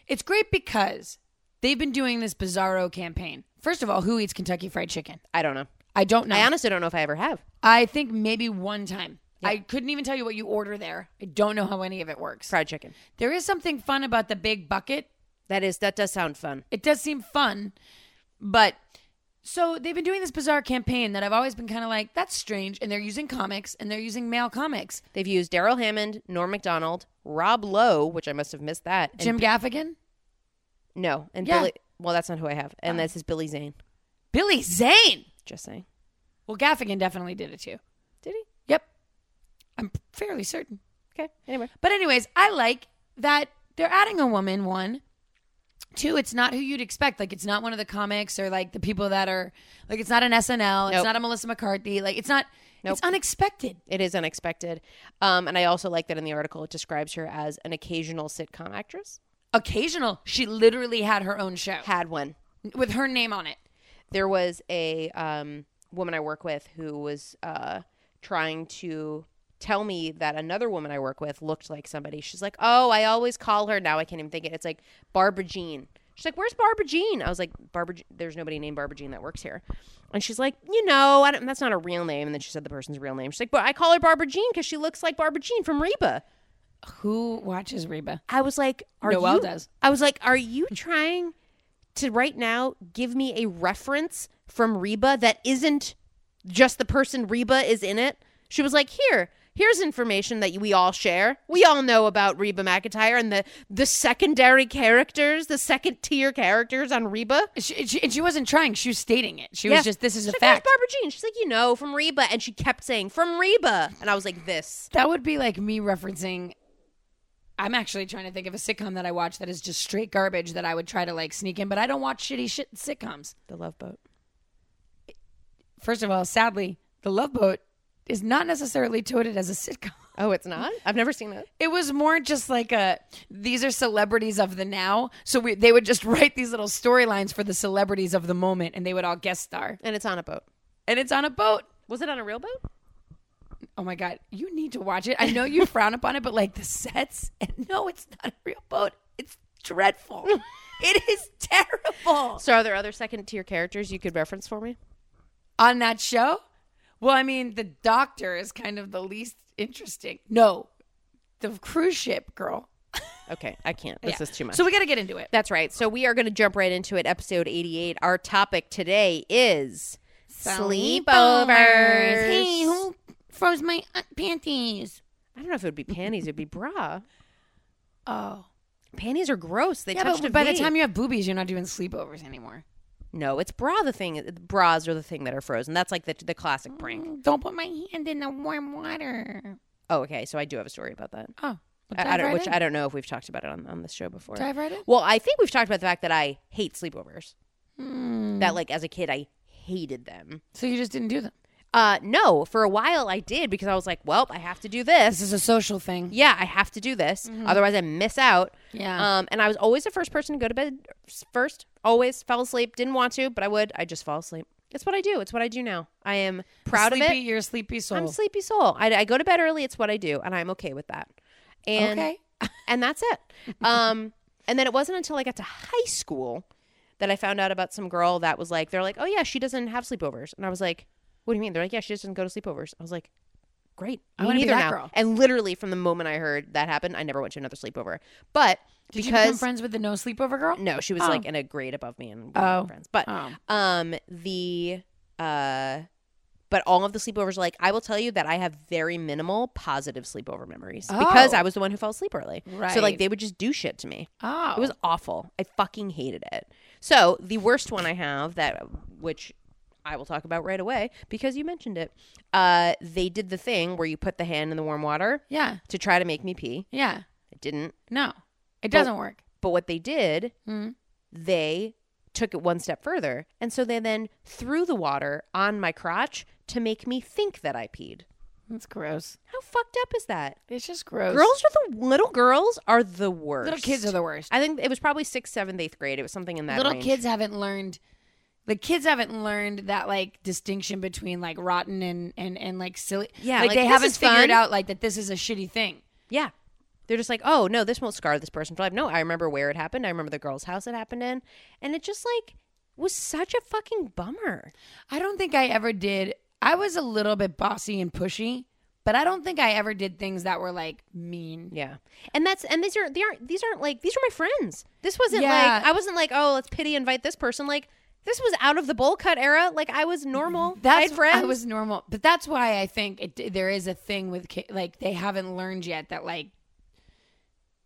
[SPEAKER 3] It's great because they've been doing this bizarro campaign. First of all, who eats Kentucky Fried Chicken?
[SPEAKER 2] i don't know
[SPEAKER 3] I don't know.
[SPEAKER 2] I honestly don't know if I ever have.
[SPEAKER 3] I think maybe one time. I couldn't even tell you what you order there. I don't know how any of it works.
[SPEAKER 2] Fried chicken.
[SPEAKER 3] There is something fun about the big bucket.
[SPEAKER 2] That is that does sound fun.
[SPEAKER 3] It does seem fun, but so they've been doing this bizarre campaign that I've always been kind of like, that's strange. And they're using comics and they're using male comics.
[SPEAKER 2] They've used Daryl Hammond, Norm Macdonald, Rob Lowe, which I must have missed that. and-
[SPEAKER 3] Jim Gaffigan,
[SPEAKER 2] no, and
[SPEAKER 3] Yeah.
[SPEAKER 2] Billy. Well, that's not who I have, and this is Billy Zane.
[SPEAKER 3] Billy Zane.
[SPEAKER 2] Just saying.
[SPEAKER 3] Well, Gaffigan definitely did it too.
[SPEAKER 2] Did he?
[SPEAKER 3] Yep. I'm fairly certain.
[SPEAKER 2] Okay. Anyway,
[SPEAKER 3] But anyways, I like that they're adding a woman. One, two, it's not who you'd expect. Like it's not one of the comics or like the people that are like it's not an SNL. It's
[SPEAKER 2] Nope.
[SPEAKER 3] not a Melissa McCarthy. Like it's not.
[SPEAKER 2] Nope.
[SPEAKER 3] It's unexpected.
[SPEAKER 2] it is unexpected, um, and I also like that in the article it describes her as an occasional sitcom actress.
[SPEAKER 3] Occasional. She literally had her own show
[SPEAKER 2] Had one.
[SPEAKER 3] with her name on it.
[SPEAKER 2] there was a um, woman I work with who was uh, trying to tell me that another woman I work with looked like somebody. She's like, "Oh, I always call her now. I can't even think it. It's like Barbara Jean." She's like, "Where's Barbara Jean?" I was like, "Barbara, Je- there's nobody named Barbara Jean that works here." And she's like, "You know, I don't, that's not a real name." And then she said the person's real name. She's like, "But I call her Barbara Jean because she looks like Barbara Jean from Reba."
[SPEAKER 3] Who watches Reba?
[SPEAKER 2] I was like, "Are
[SPEAKER 3] Noelle
[SPEAKER 2] you?"
[SPEAKER 3] does.
[SPEAKER 2] I was like, "Are you trying to right now give me a reference from Reba that isn't just the person Reba is in it?" She was like, "Here, here's information that we all share. We all know about Reba McIntyre and the the secondary characters, the second tier characters on Reba."
[SPEAKER 3] She, she, and she wasn't trying. She was stating it. She
[SPEAKER 2] Yeah.
[SPEAKER 3] was just, this is
[SPEAKER 2] She's
[SPEAKER 3] a
[SPEAKER 2] like,
[SPEAKER 3] fact.
[SPEAKER 2] "Where's Barbara Jean. She's like, "You know, from Reba," and she kept saying, "From Reba," and I was like, "This."
[SPEAKER 3] That would be like me referencing. I'm actually trying to think of a sitcom that I watch that is just straight garbage that I would try to like sneak in, but I don't watch shitty shit sitcoms.
[SPEAKER 2] The Love Boat.
[SPEAKER 3] First of all, sadly, The Love Boat is not necessarily touted as a sitcom.
[SPEAKER 2] Oh, it's not. I've never seen that.
[SPEAKER 3] It was more just like a these are celebrities of the now, so we, they would just write these little storylines for the celebrities of the moment, and they would all guest star.
[SPEAKER 2] And it's on a boat.
[SPEAKER 3] And it's on a boat.
[SPEAKER 2] Was it on a real boat?
[SPEAKER 3] Oh my god, you need to watch it. I know you frown upon it, but like the sets, and no, it's not a real boat. It's dreadful. it is terrible.
[SPEAKER 2] So are there other second tier characters you could reference for me?
[SPEAKER 3] On that show, well, I mean, the doctor is kind of the least interesting. No, the cruise ship girl.
[SPEAKER 2] Okay, I can't. This
[SPEAKER 3] Yeah.
[SPEAKER 2] is too much.
[SPEAKER 3] So we got to get into it.
[SPEAKER 2] that's right. So we are going to jump right into it. Episode 88. Our topic today is sleepovers.
[SPEAKER 3] Hey, who froze my uh, panties?
[SPEAKER 2] I don't know if it would be panties. It would be bra.
[SPEAKER 3] Oh,
[SPEAKER 2] Panties are gross. They
[SPEAKER 3] yeah,
[SPEAKER 2] touched
[SPEAKER 3] but
[SPEAKER 2] a
[SPEAKER 3] by the
[SPEAKER 2] vein.
[SPEAKER 3] time you have boobies, you're not doing sleepovers anymore.
[SPEAKER 2] no, it's bra. The thing. The Bras are the thing that are frozen. That's like the the classic prank.
[SPEAKER 3] Don't put my hand in the warm water.
[SPEAKER 2] Oh, okay. So I do have a story about that.
[SPEAKER 3] Oh,
[SPEAKER 2] I- I, don't. which I don't know if we've talked about it on on this show before.
[SPEAKER 3] Dive right in.
[SPEAKER 2] Well, I think we've talked about the fact that I hate sleepovers. That like as a kid I hated them.
[SPEAKER 3] So you just didn't do them.
[SPEAKER 2] Uh, no, for a while I did because I was like, well, I have to do
[SPEAKER 3] This
[SPEAKER 2] this.
[SPEAKER 3] is a social thing.
[SPEAKER 2] Yeah, I have to do this. Otherwise, I miss out.
[SPEAKER 3] Yeah.
[SPEAKER 2] Um, and I was always the first person to go to bed first. Always fell asleep. Didn't want to, but I would. I just fall asleep. It's what I do. It's what I do now. I am proud
[SPEAKER 3] sleepy,
[SPEAKER 2] of it.
[SPEAKER 3] You're a sleepy soul.
[SPEAKER 2] I'm a sleepy soul. I, I go to bed early. It's what I do, and I'm okay with that. And
[SPEAKER 3] Okay.
[SPEAKER 2] and that's it. Um, and then it wasn't until I got to high school that I found out about some girl that was like, they're like, oh yeah, she doesn't have sleepovers, and I was like, what do you mean? They're like, yeah, she just doesn't go to sleepovers. I was like, great,
[SPEAKER 3] I
[SPEAKER 2] me
[SPEAKER 3] wanna be
[SPEAKER 2] neither
[SPEAKER 3] that
[SPEAKER 2] now.
[SPEAKER 3] girl.
[SPEAKER 2] And literally from the moment I heard that happened, I never went to another sleepover. But
[SPEAKER 3] Did you become
[SPEAKER 2] because
[SPEAKER 3] friends with the no sleepover girl?
[SPEAKER 2] no, she was
[SPEAKER 3] Oh.
[SPEAKER 2] like in a grade above me and we
[SPEAKER 3] Oh.
[SPEAKER 2] were friends. But
[SPEAKER 3] Oh.
[SPEAKER 2] um the uh but all of the sleepovers like I will tell you that I have very minimal positive sleepover memories because
[SPEAKER 3] Oh.
[SPEAKER 2] I was the one who fell asleep early. So like
[SPEAKER 3] Right.
[SPEAKER 2] they would just do shit to me.
[SPEAKER 3] Oh.
[SPEAKER 2] It was awful. I fucking hated it. So the worst one I have that which I will talk about right away because you mentioned it. Uh they did the thing where you put the hand in the warm water
[SPEAKER 3] Yeah.
[SPEAKER 2] to try to make me pee.
[SPEAKER 3] Yeah.
[SPEAKER 2] It didn't.
[SPEAKER 3] No. It doesn't work.
[SPEAKER 2] But what they did,
[SPEAKER 3] Hmm.
[SPEAKER 2] they took it one step further. And so they then threw the water on my crotch to make me think that I peed.
[SPEAKER 3] It's gross.
[SPEAKER 2] How fucked up is that?
[SPEAKER 3] It's just gross.
[SPEAKER 2] Girls are the little girls are the worst.
[SPEAKER 3] little kids are the worst.
[SPEAKER 2] I think it was probably sixth, seventh, eighth grade. It was something in that
[SPEAKER 3] little
[SPEAKER 2] range.
[SPEAKER 3] kids haven't learned the kids haven't learned that like distinction between like rotten and and and like silly
[SPEAKER 2] Yeah,
[SPEAKER 3] like,
[SPEAKER 2] like,
[SPEAKER 3] they
[SPEAKER 2] this
[SPEAKER 3] haven't
[SPEAKER 2] is fun.
[SPEAKER 3] figured out like that this is a shitty thing
[SPEAKER 2] Yeah. They're just like, oh no, this won't scar this person for life. No, I remember where it happened. I remember the girl's house it happened in, and it just like was such a fucking bummer.
[SPEAKER 3] I don't think I ever did. I was a little bit bossy and pushy, but I don't think I ever did things that were like mean.
[SPEAKER 2] Yeah. And that's and these are they aren't these aren't like these are my friends. This wasn't
[SPEAKER 3] Yeah.
[SPEAKER 2] like I wasn't like, oh, let's pity invite this person. Like this was out of the bowl cut era. Like I was normal. I
[SPEAKER 3] That's
[SPEAKER 2] had friends.
[SPEAKER 3] I was normal, but that's why I think it, there is a thing with ki- like they haven't learned yet that like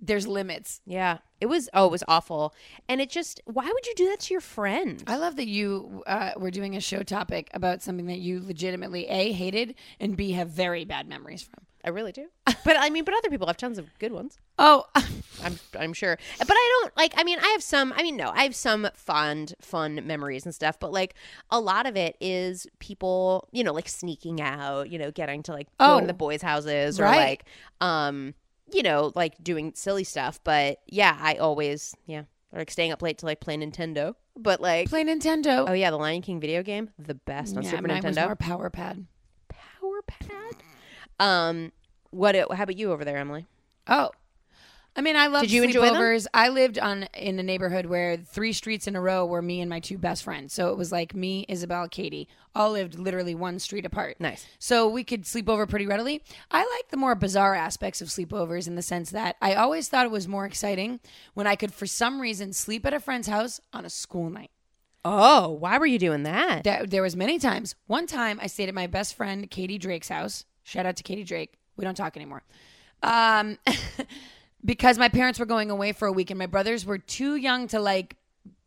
[SPEAKER 3] there's limits.
[SPEAKER 2] Yeah. It was oh, it was awful. And it just why would you do that to your friend?
[SPEAKER 3] I love that you uh, were doing a show topic about something that you legitimately a hated and b have very bad memories from.
[SPEAKER 2] I really do. But I mean, but other people have tons of good ones.
[SPEAKER 3] Oh,
[SPEAKER 2] I'm I'm sure. But I don't like I mean, I have some I mean, no, I have some fond fun memories and stuff, but like a lot of it is people, you know, like sneaking out, you know, getting to like go
[SPEAKER 3] Oh.
[SPEAKER 2] into the boys' houses or
[SPEAKER 3] Right.
[SPEAKER 2] like um, you know, like doing silly stuff, but yeah, I always, yeah, or like staying up late to like play Nintendo. But like
[SPEAKER 3] play Nintendo.
[SPEAKER 2] Oh yeah, the Lion King video game, the best on
[SPEAKER 3] yeah,
[SPEAKER 2] Super
[SPEAKER 3] mine was
[SPEAKER 2] Nintendo.
[SPEAKER 3] more Power Pad.
[SPEAKER 2] Power pad. Um what how about you over there, Emily?
[SPEAKER 3] Oh. I mean, I love
[SPEAKER 2] Did you enjoy them?
[SPEAKER 3] sleepovers. I lived on in a neighborhood where three streets in a row were me and my two best friends. So it was like me, Isabel, Katie, all lived literally one street apart.
[SPEAKER 2] Nice.
[SPEAKER 3] So we could sleep over pretty readily. I like the more bizarre aspects of sleepovers in the sense that I always thought it was more exciting when I could, for some reason, sleep at a friend's house on a school night.
[SPEAKER 2] Oh, why were you doing that?
[SPEAKER 3] That, there was many times. One time, I stayed at my best friend Katie Drake's house. Shout out to Katie Drake. We don't talk anymore. Um, because my parents were going away for a week, and my brothers were too young to like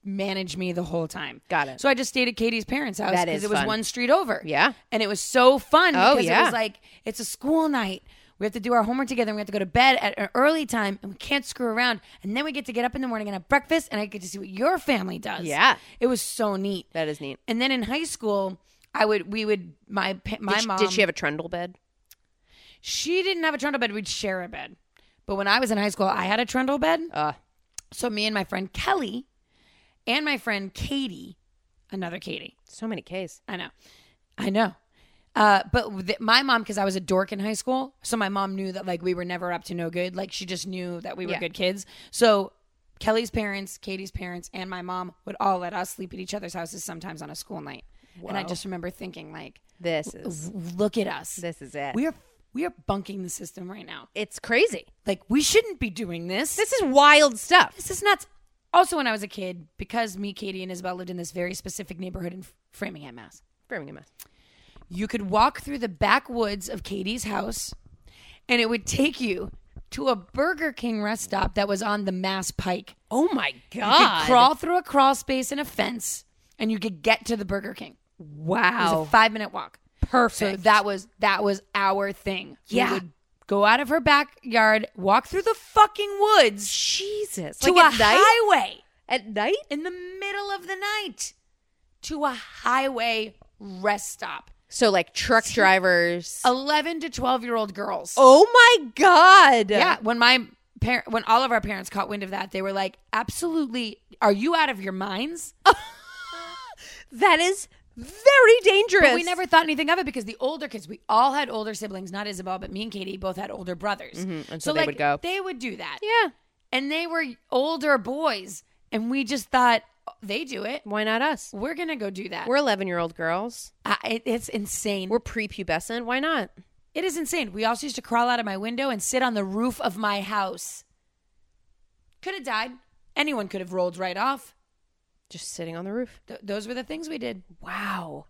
[SPEAKER 3] manage me the whole time.
[SPEAKER 2] Got it.
[SPEAKER 3] So I just stayed at Katie's parents' house
[SPEAKER 2] That
[SPEAKER 3] because
[SPEAKER 2] is
[SPEAKER 3] it was
[SPEAKER 2] fun.
[SPEAKER 3] one street over.
[SPEAKER 2] Yeah.
[SPEAKER 3] and it was so fun
[SPEAKER 2] Oh,
[SPEAKER 3] because it
[SPEAKER 2] yeah.
[SPEAKER 3] was like it's a school night. We have to do our homework together. and We have to go to bed at an early time, and we can't screw around. And then we get to get up in the morning and have breakfast, and I get to see what your family does.
[SPEAKER 2] Yeah.
[SPEAKER 3] it was so neat.
[SPEAKER 2] That is neat.
[SPEAKER 3] And then in high school, I would we would my pa- my
[SPEAKER 2] did she,
[SPEAKER 3] mom
[SPEAKER 2] did she have a trundle bed?
[SPEAKER 3] she didn't have a trundle bed. We'd share a bed. But when I was in high school, I had a trundle bed.
[SPEAKER 2] Uh,
[SPEAKER 3] So me and my friend Kelly, and my friend Katie, another Katie.
[SPEAKER 2] so many K's.
[SPEAKER 3] I know, I know. Uh, but th- my mom, because I was a dork in high school, so my mom knew that like we were never up to no good. Like she just knew that we were
[SPEAKER 2] Yeah.
[SPEAKER 3] good kids. So Kelly's parents, Katie's parents, and my mom would all let us sleep at each other's houses sometimes on a school night. And I
[SPEAKER 2] Wow.
[SPEAKER 3] just remember thinking like,
[SPEAKER 2] This is
[SPEAKER 3] look at us.
[SPEAKER 2] this is it.
[SPEAKER 3] We are we are bunking the system right now.
[SPEAKER 2] it's crazy.
[SPEAKER 3] Like we shouldn't be doing this.
[SPEAKER 2] This is wild stuff.
[SPEAKER 3] This is nuts. Also, when I was a kid, because me, Katie, and Isabel lived in this very specific neighborhood in Framingham, Mass,
[SPEAKER 2] Birmingham.
[SPEAKER 3] you could walk through the backwoods of Katie's house, and it would take you to a Burger King rest stop that was on the Mass Pike.
[SPEAKER 2] Oh my
[SPEAKER 3] You could crawl through a crawl space and a fence, and you could get to the Burger King. It
[SPEAKER 2] Wow.
[SPEAKER 3] was a five minute walk. So
[SPEAKER 2] Oh. Perfect.
[SPEAKER 3] that was that was our thing.
[SPEAKER 2] Yeah.
[SPEAKER 3] We would go out of her backyard, walk through the fucking woods
[SPEAKER 2] Jesus.
[SPEAKER 3] to
[SPEAKER 2] like
[SPEAKER 3] a
[SPEAKER 2] at night?
[SPEAKER 3] highway
[SPEAKER 2] at night?
[SPEAKER 3] in the middle of the night to a highway rest stop.
[SPEAKER 2] So like truck drivers.
[SPEAKER 3] Eleven to twelve year old girls.
[SPEAKER 2] oh my god.
[SPEAKER 3] yeah. When my par- when all of our parents caught wind of that, they were like, "Absolutely, are you out of your minds?"
[SPEAKER 2] That is very dangerous.
[SPEAKER 3] But we never thought anything of it because the older kids, we all had older siblings, not Isabel, but me and Katie both had older brothers.
[SPEAKER 2] Mm-hmm. And so they would go.
[SPEAKER 3] They would do that.
[SPEAKER 2] Yeah.
[SPEAKER 3] And they were older boys. And we just thought, "Oh, they do it.
[SPEAKER 2] Why not us?
[SPEAKER 3] We're going to go do that.
[SPEAKER 2] We're 11-year-old girls.
[SPEAKER 3] I, it- it's insane.
[SPEAKER 2] We're prepubescent. Why not?
[SPEAKER 3] it is insane. We also used to crawl out of my window and sit on the roof of my house. Could have died. Anyone could have rolled right off.
[SPEAKER 2] Just sitting on the roof.
[SPEAKER 3] Th- those were the things we did.
[SPEAKER 2] Wow.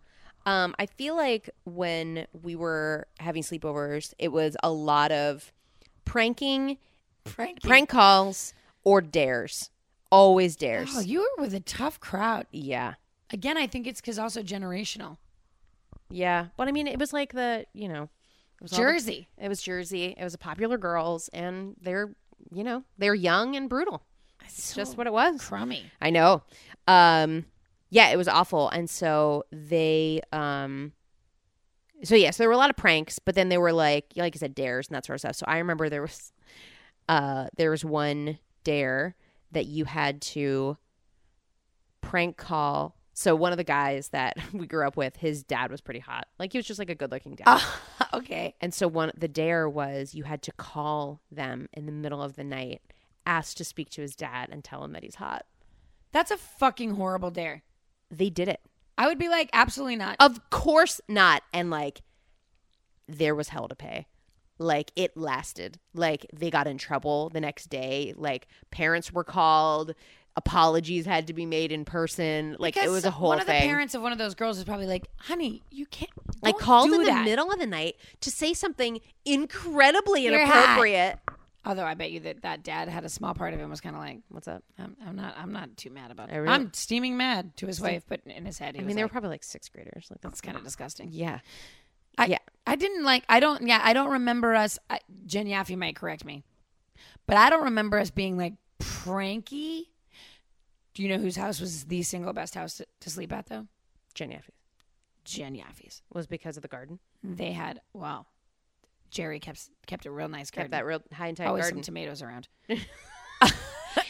[SPEAKER 2] Um, I feel like when we were having sleepovers, it was a lot of pranking,
[SPEAKER 3] Prank.
[SPEAKER 2] prank calls, or dares. Always dares.
[SPEAKER 3] Oh, you were with a tough crowd.
[SPEAKER 2] yeah.
[SPEAKER 3] Again, I think it's because also generational.
[SPEAKER 2] Yeah. But I mean, it was like the, you know, it was all the-
[SPEAKER 3] Jersey.
[SPEAKER 2] it was Jersey. It was a popular girls, and they're, you know, they're young and brutal. It's just what it was.
[SPEAKER 3] crummy.
[SPEAKER 2] I know. Um, yeah, it was awful. And so they, um, so yeah, so there were a lot of pranks, but then there were like, like I said, dares and that sort of stuff. So I remember there was, uh, there was one dare that you had to prank call. So one of the guys that we grew up with, his dad was pretty hot. Like he was just like a good looking dad.
[SPEAKER 3] Ah. okay.
[SPEAKER 2] And so one the dare was you had to call them in the middle of the night, ask to speak to his dad and tell him that he's hot.
[SPEAKER 3] That's a fucking horrible dare.
[SPEAKER 2] They did it.
[SPEAKER 3] I would be like, absolutely not.
[SPEAKER 2] Of course not. And like, there was hell to pay. Like, it lasted. Like, they got in trouble the next day. Like, parents were called. Apologies had to be made in person. Like, it
[SPEAKER 3] Because
[SPEAKER 2] was a whole
[SPEAKER 3] One of the
[SPEAKER 2] thing.
[SPEAKER 3] parents of one of those girls is probably like, honey, you can't.
[SPEAKER 2] I
[SPEAKER 3] don't
[SPEAKER 2] called
[SPEAKER 3] do
[SPEAKER 2] in the
[SPEAKER 3] that."
[SPEAKER 2] middle of the night to say something incredibly
[SPEAKER 3] Your hat.
[SPEAKER 2] inappropriate.
[SPEAKER 3] Although I bet you that that dad had a small part of him was kind of like,
[SPEAKER 2] What's up?
[SPEAKER 3] I'm, I'm not, I'm not too mad about it.
[SPEAKER 2] I really-
[SPEAKER 3] I'm steaming mad to his wife, but in his head, he
[SPEAKER 2] I
[SPEAKER 3] was
[SPEAKER 2] mean, they were
[SPEAKER 3] like,
[SPEAKER 2] probably like sixth graders. Like, that's
[SPEAKER 3] that's kind of disgusting.
[SPEAKER 2] yeah.
[SPEAKER 3] I,
[SPEAKER 2] Yeah.
[SPEAKER 3] I didn't like. I don't. Yeah, I don't remember us. I, Jen Yaffe might correct me, but I don't remember us being like pranky. Do you know whose house was the single best house to, to sleep at though?
[SPEAKER 2] Jen Yaffe
[SPEAKER 3] Jen Yaffe's.
[SPEAKER 2] was because of the garden.
[SPEAKER 3] They had wow. Jerry kept kept a real nice garden.
[SPEAKER 2] Kept that real high and tight
[SPEAKER 3] Always
[SPEAKER 2] garden.
[SPEAKER 3] some tomatoes around.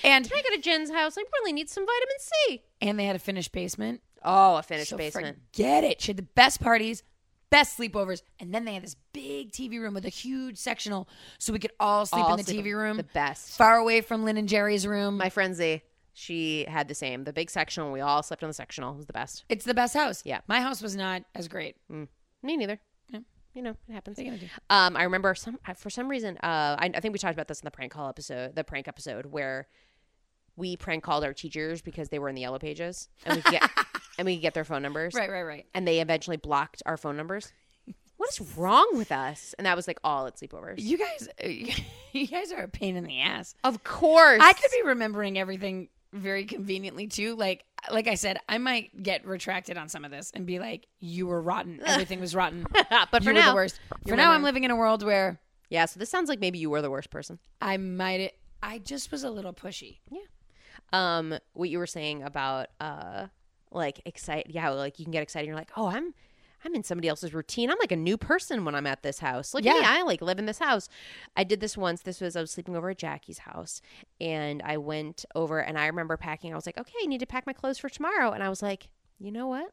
[SPEAKER 3] and
[SPEAKER 2] Can I go to Jen's house? I really need some vitamin C.
[SPEAKER 3] and they had a finished basement.
[SPEAKER 2] Oh, a finished
[SPEAKER 3] So
[SPEAKER 2] basement.
[SPEAKER 3] Forget it. She had the best parties, best sleepovers, and then they had this big TV room with a huge sectional, so we could all sleep
[SPEAKER 2] All
[SPEAKER 3] in the
[SPEAKER 2] sleep-
[SPEAKER 3] TV room.
[SPEAKER 2] The best.
[SPEAKER 3] far away from Lynn and Jerry's room.
[SPEAKER 2] My friend Z, she had the same. The big sectional. We all slept on the sectional. It was the best.
[SPEAKER 3] it's the best house.
[SPEAKER 2] Yeah. Mm.
[SPEAKER 3] My house was not as great.
[SPEAKER 2] Me neither.
[SPEAKER 3] Yeah.
[SPEAKER 2] You know, it happens.
[SPEAKER 3] What are you gonna do?
[SPEAKER 2] Um, I remember some I- for some reason. Uh, I, I think we talked about this in the prank call episode, the prank episode where we prank called our teachers because they were in the yellow pages, and we could get and we could get their phone numbers,
[SPEAKER 3] Right, right, right.
[SPEAKER 2] and they eventually blocked our phone numbers. What is wrong with us? And that was like all at sleepovers.
[SPEAKER 3] You guys, you guys are a pain in the ass.
[SPEAKER 2] Of course,
[SPEAKER 3] I could be remembering everything very conveniently too. Like, like I said, I might get retracted on some of this and be like, "You were rotten. Everything was rotten.
[SPEAKER 2] but
[SPEAKER 3] you
[SPEAKER 2] for
[SPEAKER 3] were
[SPEAKER 2] now,
[SPEAKER 3] the worst."
[SPEAKER 2] you're
[SPEAKER 3] For now,
[SPEAKER 2] my
[SPEAKER 3] I'm living in a world where
[SPEAKER 2] yeah. So this sounds like maybe you were the worst person.
[SPEAKER 3] I might. I just was a little pushy.
[SPEAKER 2] um what you were saying about uh like excite yeah like you can get excited and you're like oh i'm i'm in somebody else's routine i'm like a new person when i'm at this house like yeah
[SPEAKER 3] Yeah.
[SPEAKER 2] i like live in this house i did this once this was i was sleeping over at jackie's house and i went over and i remember packing i was like okay i need to pack my clothes for tomorrow and i was like you know what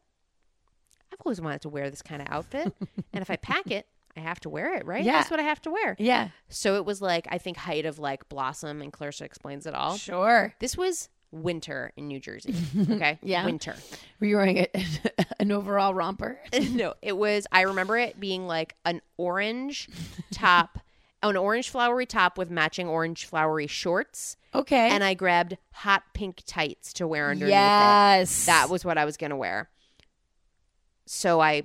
[SPEAKER 2] i've always wanted to wear this kind of outfit and if i pack it i have to wear it right
[SPEAKER 3] Yeah.
[SPEAKER 2] that's what i have to wear
[SPEAKER 3] Yeah,
[SPEAKER 2] so it was like i think height of like blossom and clarissa explains it all
[SPEAKER 3] Oh. sure.
[SPEAKER 2] this was winter in New Jersey. Okay.
[SPEAKER 3] Yeah.
[SPEAKER 2] Winter.
[SPEAKER 3] Were you wearing a, an overall romper?
[SPEAKER 2] no, it was, I remember it being like an orange top, an orange flowery top with matching orange flowery shorts.
[SPEAKER 3] Okay.
[SPEAKER 2] And I grabbed hot pink tights to wear underneath it.
[SPEAKER 3] yes,
[SPEAKER 2] That was what I was going to wear. So I,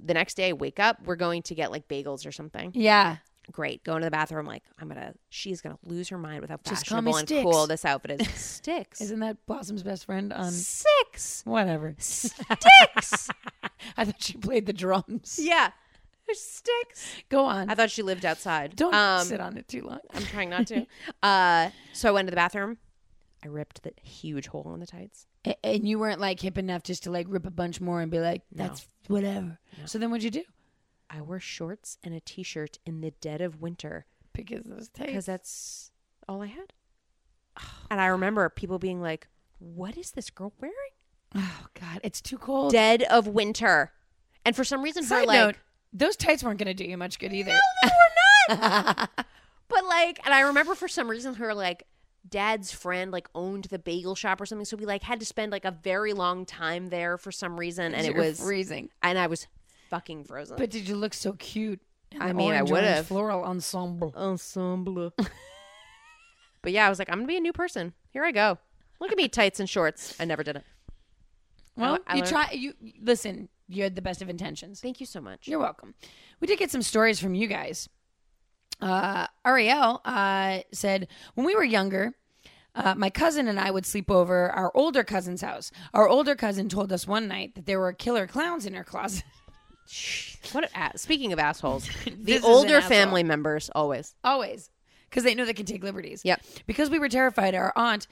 [SPEAKER 2] the next day, I wake up, we're going to get like bagels or something.
[SPEAKER 3] yeah.
[SPEAKER 2] Great. Go into the bathroom. like, I'm going to, she's going to lose her mind with how
[SPEAKER 3] Just call
[SPEAKER 2] fashionable
[SPEAKER 3] me
[SPEAKER 2] and
[SPEAKER 3] Styx.
[SPEAKER 2] cool this outfit is. Sticks.
[SPEAKER 3] Isn't that Blossom's best friend on
[SPEAKER 2] Six.
[SPEAKER 3] whatever?
[SPEAKER 2] Sticks.
[SPEAKER 3] I thought she played the drums.
[SPEAKER 2] Yeah. There's sticks.
[SPEAKER 3] Go on.
[SPEAKER 2] I thought she lived outside.
[SPEAKER 3] Don't
[SPEAKER 2] um,
[SPEAKER 3] sit on it too long.
[SPEAKER 2] I'm trying not to. Uh, so I went to the bathroom. I ripped the huge hole in the tights.
[SPEAKER 3] A- And you weren't like hip enough just to like rip a bunch more and be like, that's whatever. So then what'd you do?
[SPEAKER 2] I wore shorts and a t-shirt in the dead of winter
[SPEAKER 3] Because those
[SPEAKER 2] because
[SPEAKER 3] tapes.
[SPEAKER 2] that's all I had. And I remember people being like, "What is this girl wearing?"
[SPEAKER 3] Oh God, it's too cold.
[SPEAKER 2] Dead of winter. And for some reason, her
[SPEAKER 3] Side
[SPEAKER 2] like,
[SPEAKER 3] note, those tights weren't going to do you much good either.
[SPEAKER 2] but like, and I remember for some reason her like dad's friend like owned the bagel shop or something, so we like had to spend like a very long time there for some reason, and it
[SPEAKER 3] You're
[SPEAKER 2] was
[SPEAKER 3] freezing.
[SPEAKER 2] and I was fucking frozen.
[SPEAKER 3] But did you look so cute? in
[SPEAKER 2] I
[SPEAKER 3] the
[SPEAKER 2] mean, I
[SPEAKER 3] orange,
[SPEAKER 2] would've.
[SPEAKER 3] orange Floral ensemble.
[SPEAKER 2] ensemble. but yeah, I was like, I'm gonna be a new person. Here I go. Look at me, tights and shorts. I never did it.
[SPEAKER 3] Well,
[SPEAKER 2] I
[SPEAKER 3] you
[SPEAKER 2] learned-
[SPEAKER 3] try. You listen. You had the best of intentions.
[SPEAKER 2] Thank you so much.
[SPEAKER 3] You're welcome. We did get some stories from you guys. Uh, Ariel uh, said, when we were younger, uh, my cousin and I would sleep over our older cousin's house. Our older cousin told us one night that there were killer clowns in her closet.
[SPEAKER 2] What? A, ass- speaking of assholes, the
[SPEAKER 3] is an
[SPEAKER 2] older
[SPEAKER 3] asshole.
[SPEAKER 2] family members always.
[SPEAKER 3] Always. Because they know they can take liberties.
[SPEAKER 2] Yep.
[SPEAKER 3] Because we were terrified, our aunt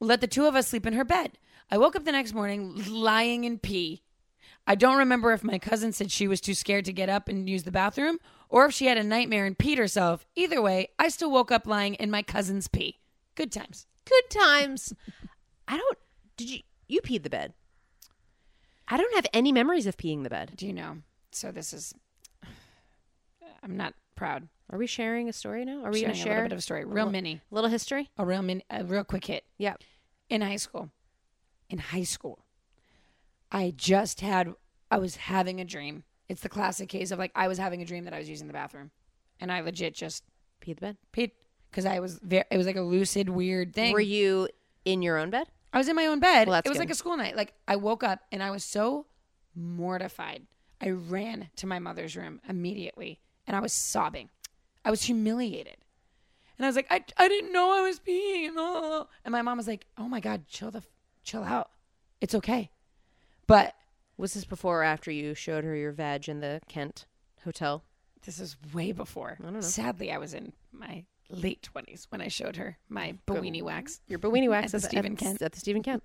[SPEAKER 3] let the two of us sleep in her bed. I woke up the next morning lying in pee. I don't remember if my cousin said she was too scared to get up and use the bathroom or if she had a nightmare and peed herself. Either way, I still woke up lying in my cousin's pee. Good times.
[SPEAKER 2] Good times. I don't. Did you? You peed the bed. I don't have any memories of peeing the bed.
[SPEAKER 3] Do you know? So this is. I'm not proud.
[SPEAKER 2] Are we sharing a story now? Are we
[SPEAKER 3] Sharing
[SPEAKER 2] gonna
[SPEAKER 3] a
[SPEAKER 2] share
[SPEAKER 3] little bit of a story. Real mini.
[SPEAKER 2] little history?
[SPEAKER 3] A real mini. A real quick hit.
[SPEAKER 2] Yep.
[SPEAKER 3] in high school. In high school, I just had, I was having a dream. It's the classic case of like, I was having a dream that I was using the bathroom. And I legit just
[SPEAKER 2] Pee the bed.
[SPEAKER 3] peed because I was very, it was like a lucid, weird thing.
[SPEAKER 2] Were you in your own bed?
[SPEAKER 3] I was in my own bed.
[SPEAKER 2] Well, that's
[SPEAKER 3] it was
[SPEAKER 2] good.
[SPEAKER 3] like a school night. Like I woke up and I was so mortified. I ran to my mother's room immediately and I was sobbing. I was humiliated. And I was like, I, I didn't know I was peeing. Oh. And my mom was like, Oh my God, chill the f- chill out. It's okay. But
[SPEAKER 2] Was this before or after you showed her your veg in the Kent hotel?
[SPEAKER 3] this is way before. Sadly, I was in my late twenties when I showed her my bikini wax.
[SPEAKER 2] Your Bowini wax
[SPEAKER 3] At the Stephen Kent.
[SPEAKER 2] At the Stephen Kent.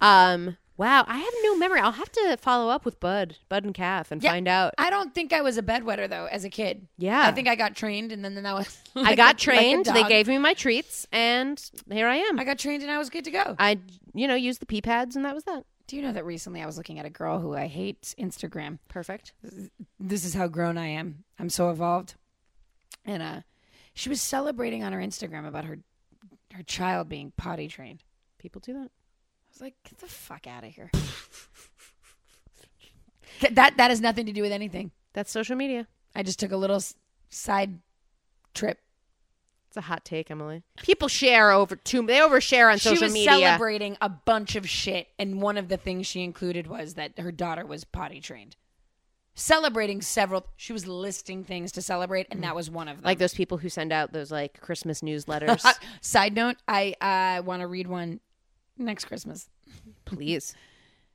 [SPEAKER 2] Um, wow, I have no memory. I'll have to follow up with Bud, Bud and Calf, and
[SPEAKER 3] Yeah.
[SPEAKER 2] find out.
[SPEAKER 3] I don't think I was a bedwetter though as a kid.
[SPEAKER 2] Yeah.
[SPEAKER 3] I think I got trained and then, then I was
[SPEAKER 2] I
[SPEAKER 3] like
[SPEAKER 2] got
[SPEAKER 3] a- like a
[SPEAKER 2] trained. they
[SPEAKER 3] dog.
[SPEAKER 2] gave me my treats, and here I am.
[SPEAKER 3] I
[SPEAKER 2] I,
[SPEAKER 3] got trained and I was good to go.
[SPEAKER 2] you know, used the pee pads, and that was that.
[SPEAKER 3] Do you know that recently I was looking at a girl who I hate Instagram?
[SPEAKER 2] Perfect.
[SPEAKER 3] This is how grown I am. I'm so evolved. And uh she was celebrating on her Instagram about her her child being potty trained.
[SPEAKER 2] People do that.
[SPEAKER 3] I was like, get the fuck out of here. Th- that that has nothing to do with anything.
[SPEAKER 2] That's social media.
[SPEAKER 3] I just took a little s- side trip.
[SPEAKER 2] It's a hot take, Emily. People share over too. They overshare on
[SPEAKER 3] she
[SPEAKER 2] social
[SPEAKER 3] was
[SPEAKER 2] media.
[SPEAKER 3] celebrating a bunch of shit, and one of the things she included was that her daughter was potty trained. Celebrating several, she was listing things to celebrate, and that was one of them.
[SPEAKER 2] Mm. like those people who send out those like Christmas newsletters.
[SPEAKER 3] I- side note, I I want to read one next Christmas.
[SPEAKER 2] Please.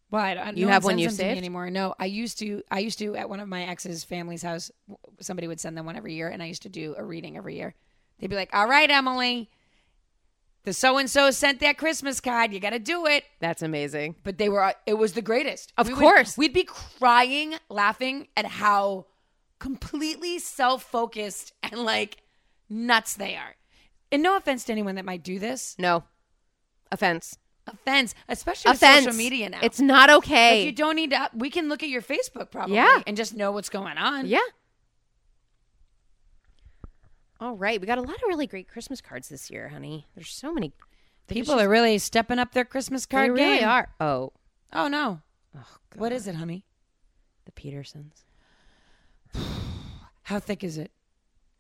[SPEAKER 3] Why I,
[SPEAKER 2] You
[SPEAKER 3] no
[SPEAKER 2] have
[SPEAKER 3] one
[SPEAKER 2] one
[SPEAKER 3] sends them
[SPEAKER 2] you
[SPEAKER 3] to me
[SPEAKER 2] saved?
[SPEAKER 3] anymore? No, I used to. I used to at one of my ex's family's house. w- Somebody would send them one every year, and I used to do a reading every year. They'd be like, "All right, Emily, the so and so sent that Christmas card. You got to do it."
[SPEAKER 2] That's amazing.
[SPEAKER 3] but they were uh, it was the greatest
[SPEAKER 2] Of
[SPEAKER 3] We would-
[SPEAKER 2] course.
[SPEAKER 3] we'd be crying laughing at how completely self-focused and like nuts they are and no offense to anyone that might do this
[SPEAKER 2] No offense.
[SPEAKER 3] offense especially
[SPEAKER 2] offense.
[SPEAKER 3] with social media now
[SPEAKER 2] It's not okay.
[SPEAKER 3] like you don't need to we can look at your facebook probably
[SPEAKER 2] Yeah.
[SPEAKER 3] and just know what's going on
[SPEAKER 2] Yeah. All right, we got a lot of really great Christmas cards this year, honey. There's so many.
[SPEAKER 3] people are really stepping up their christmas
[SPEAKER 2] They
[SPEAKER 3] card
[SPEAKER 2] really
[SPEAKER 3] game
[SPEAKER 2] are. Oh,
[SPEAKER 3] oh no what is it honey
[SPEAKER 2] the Petersons.
[SPEAKER 3] how thick is it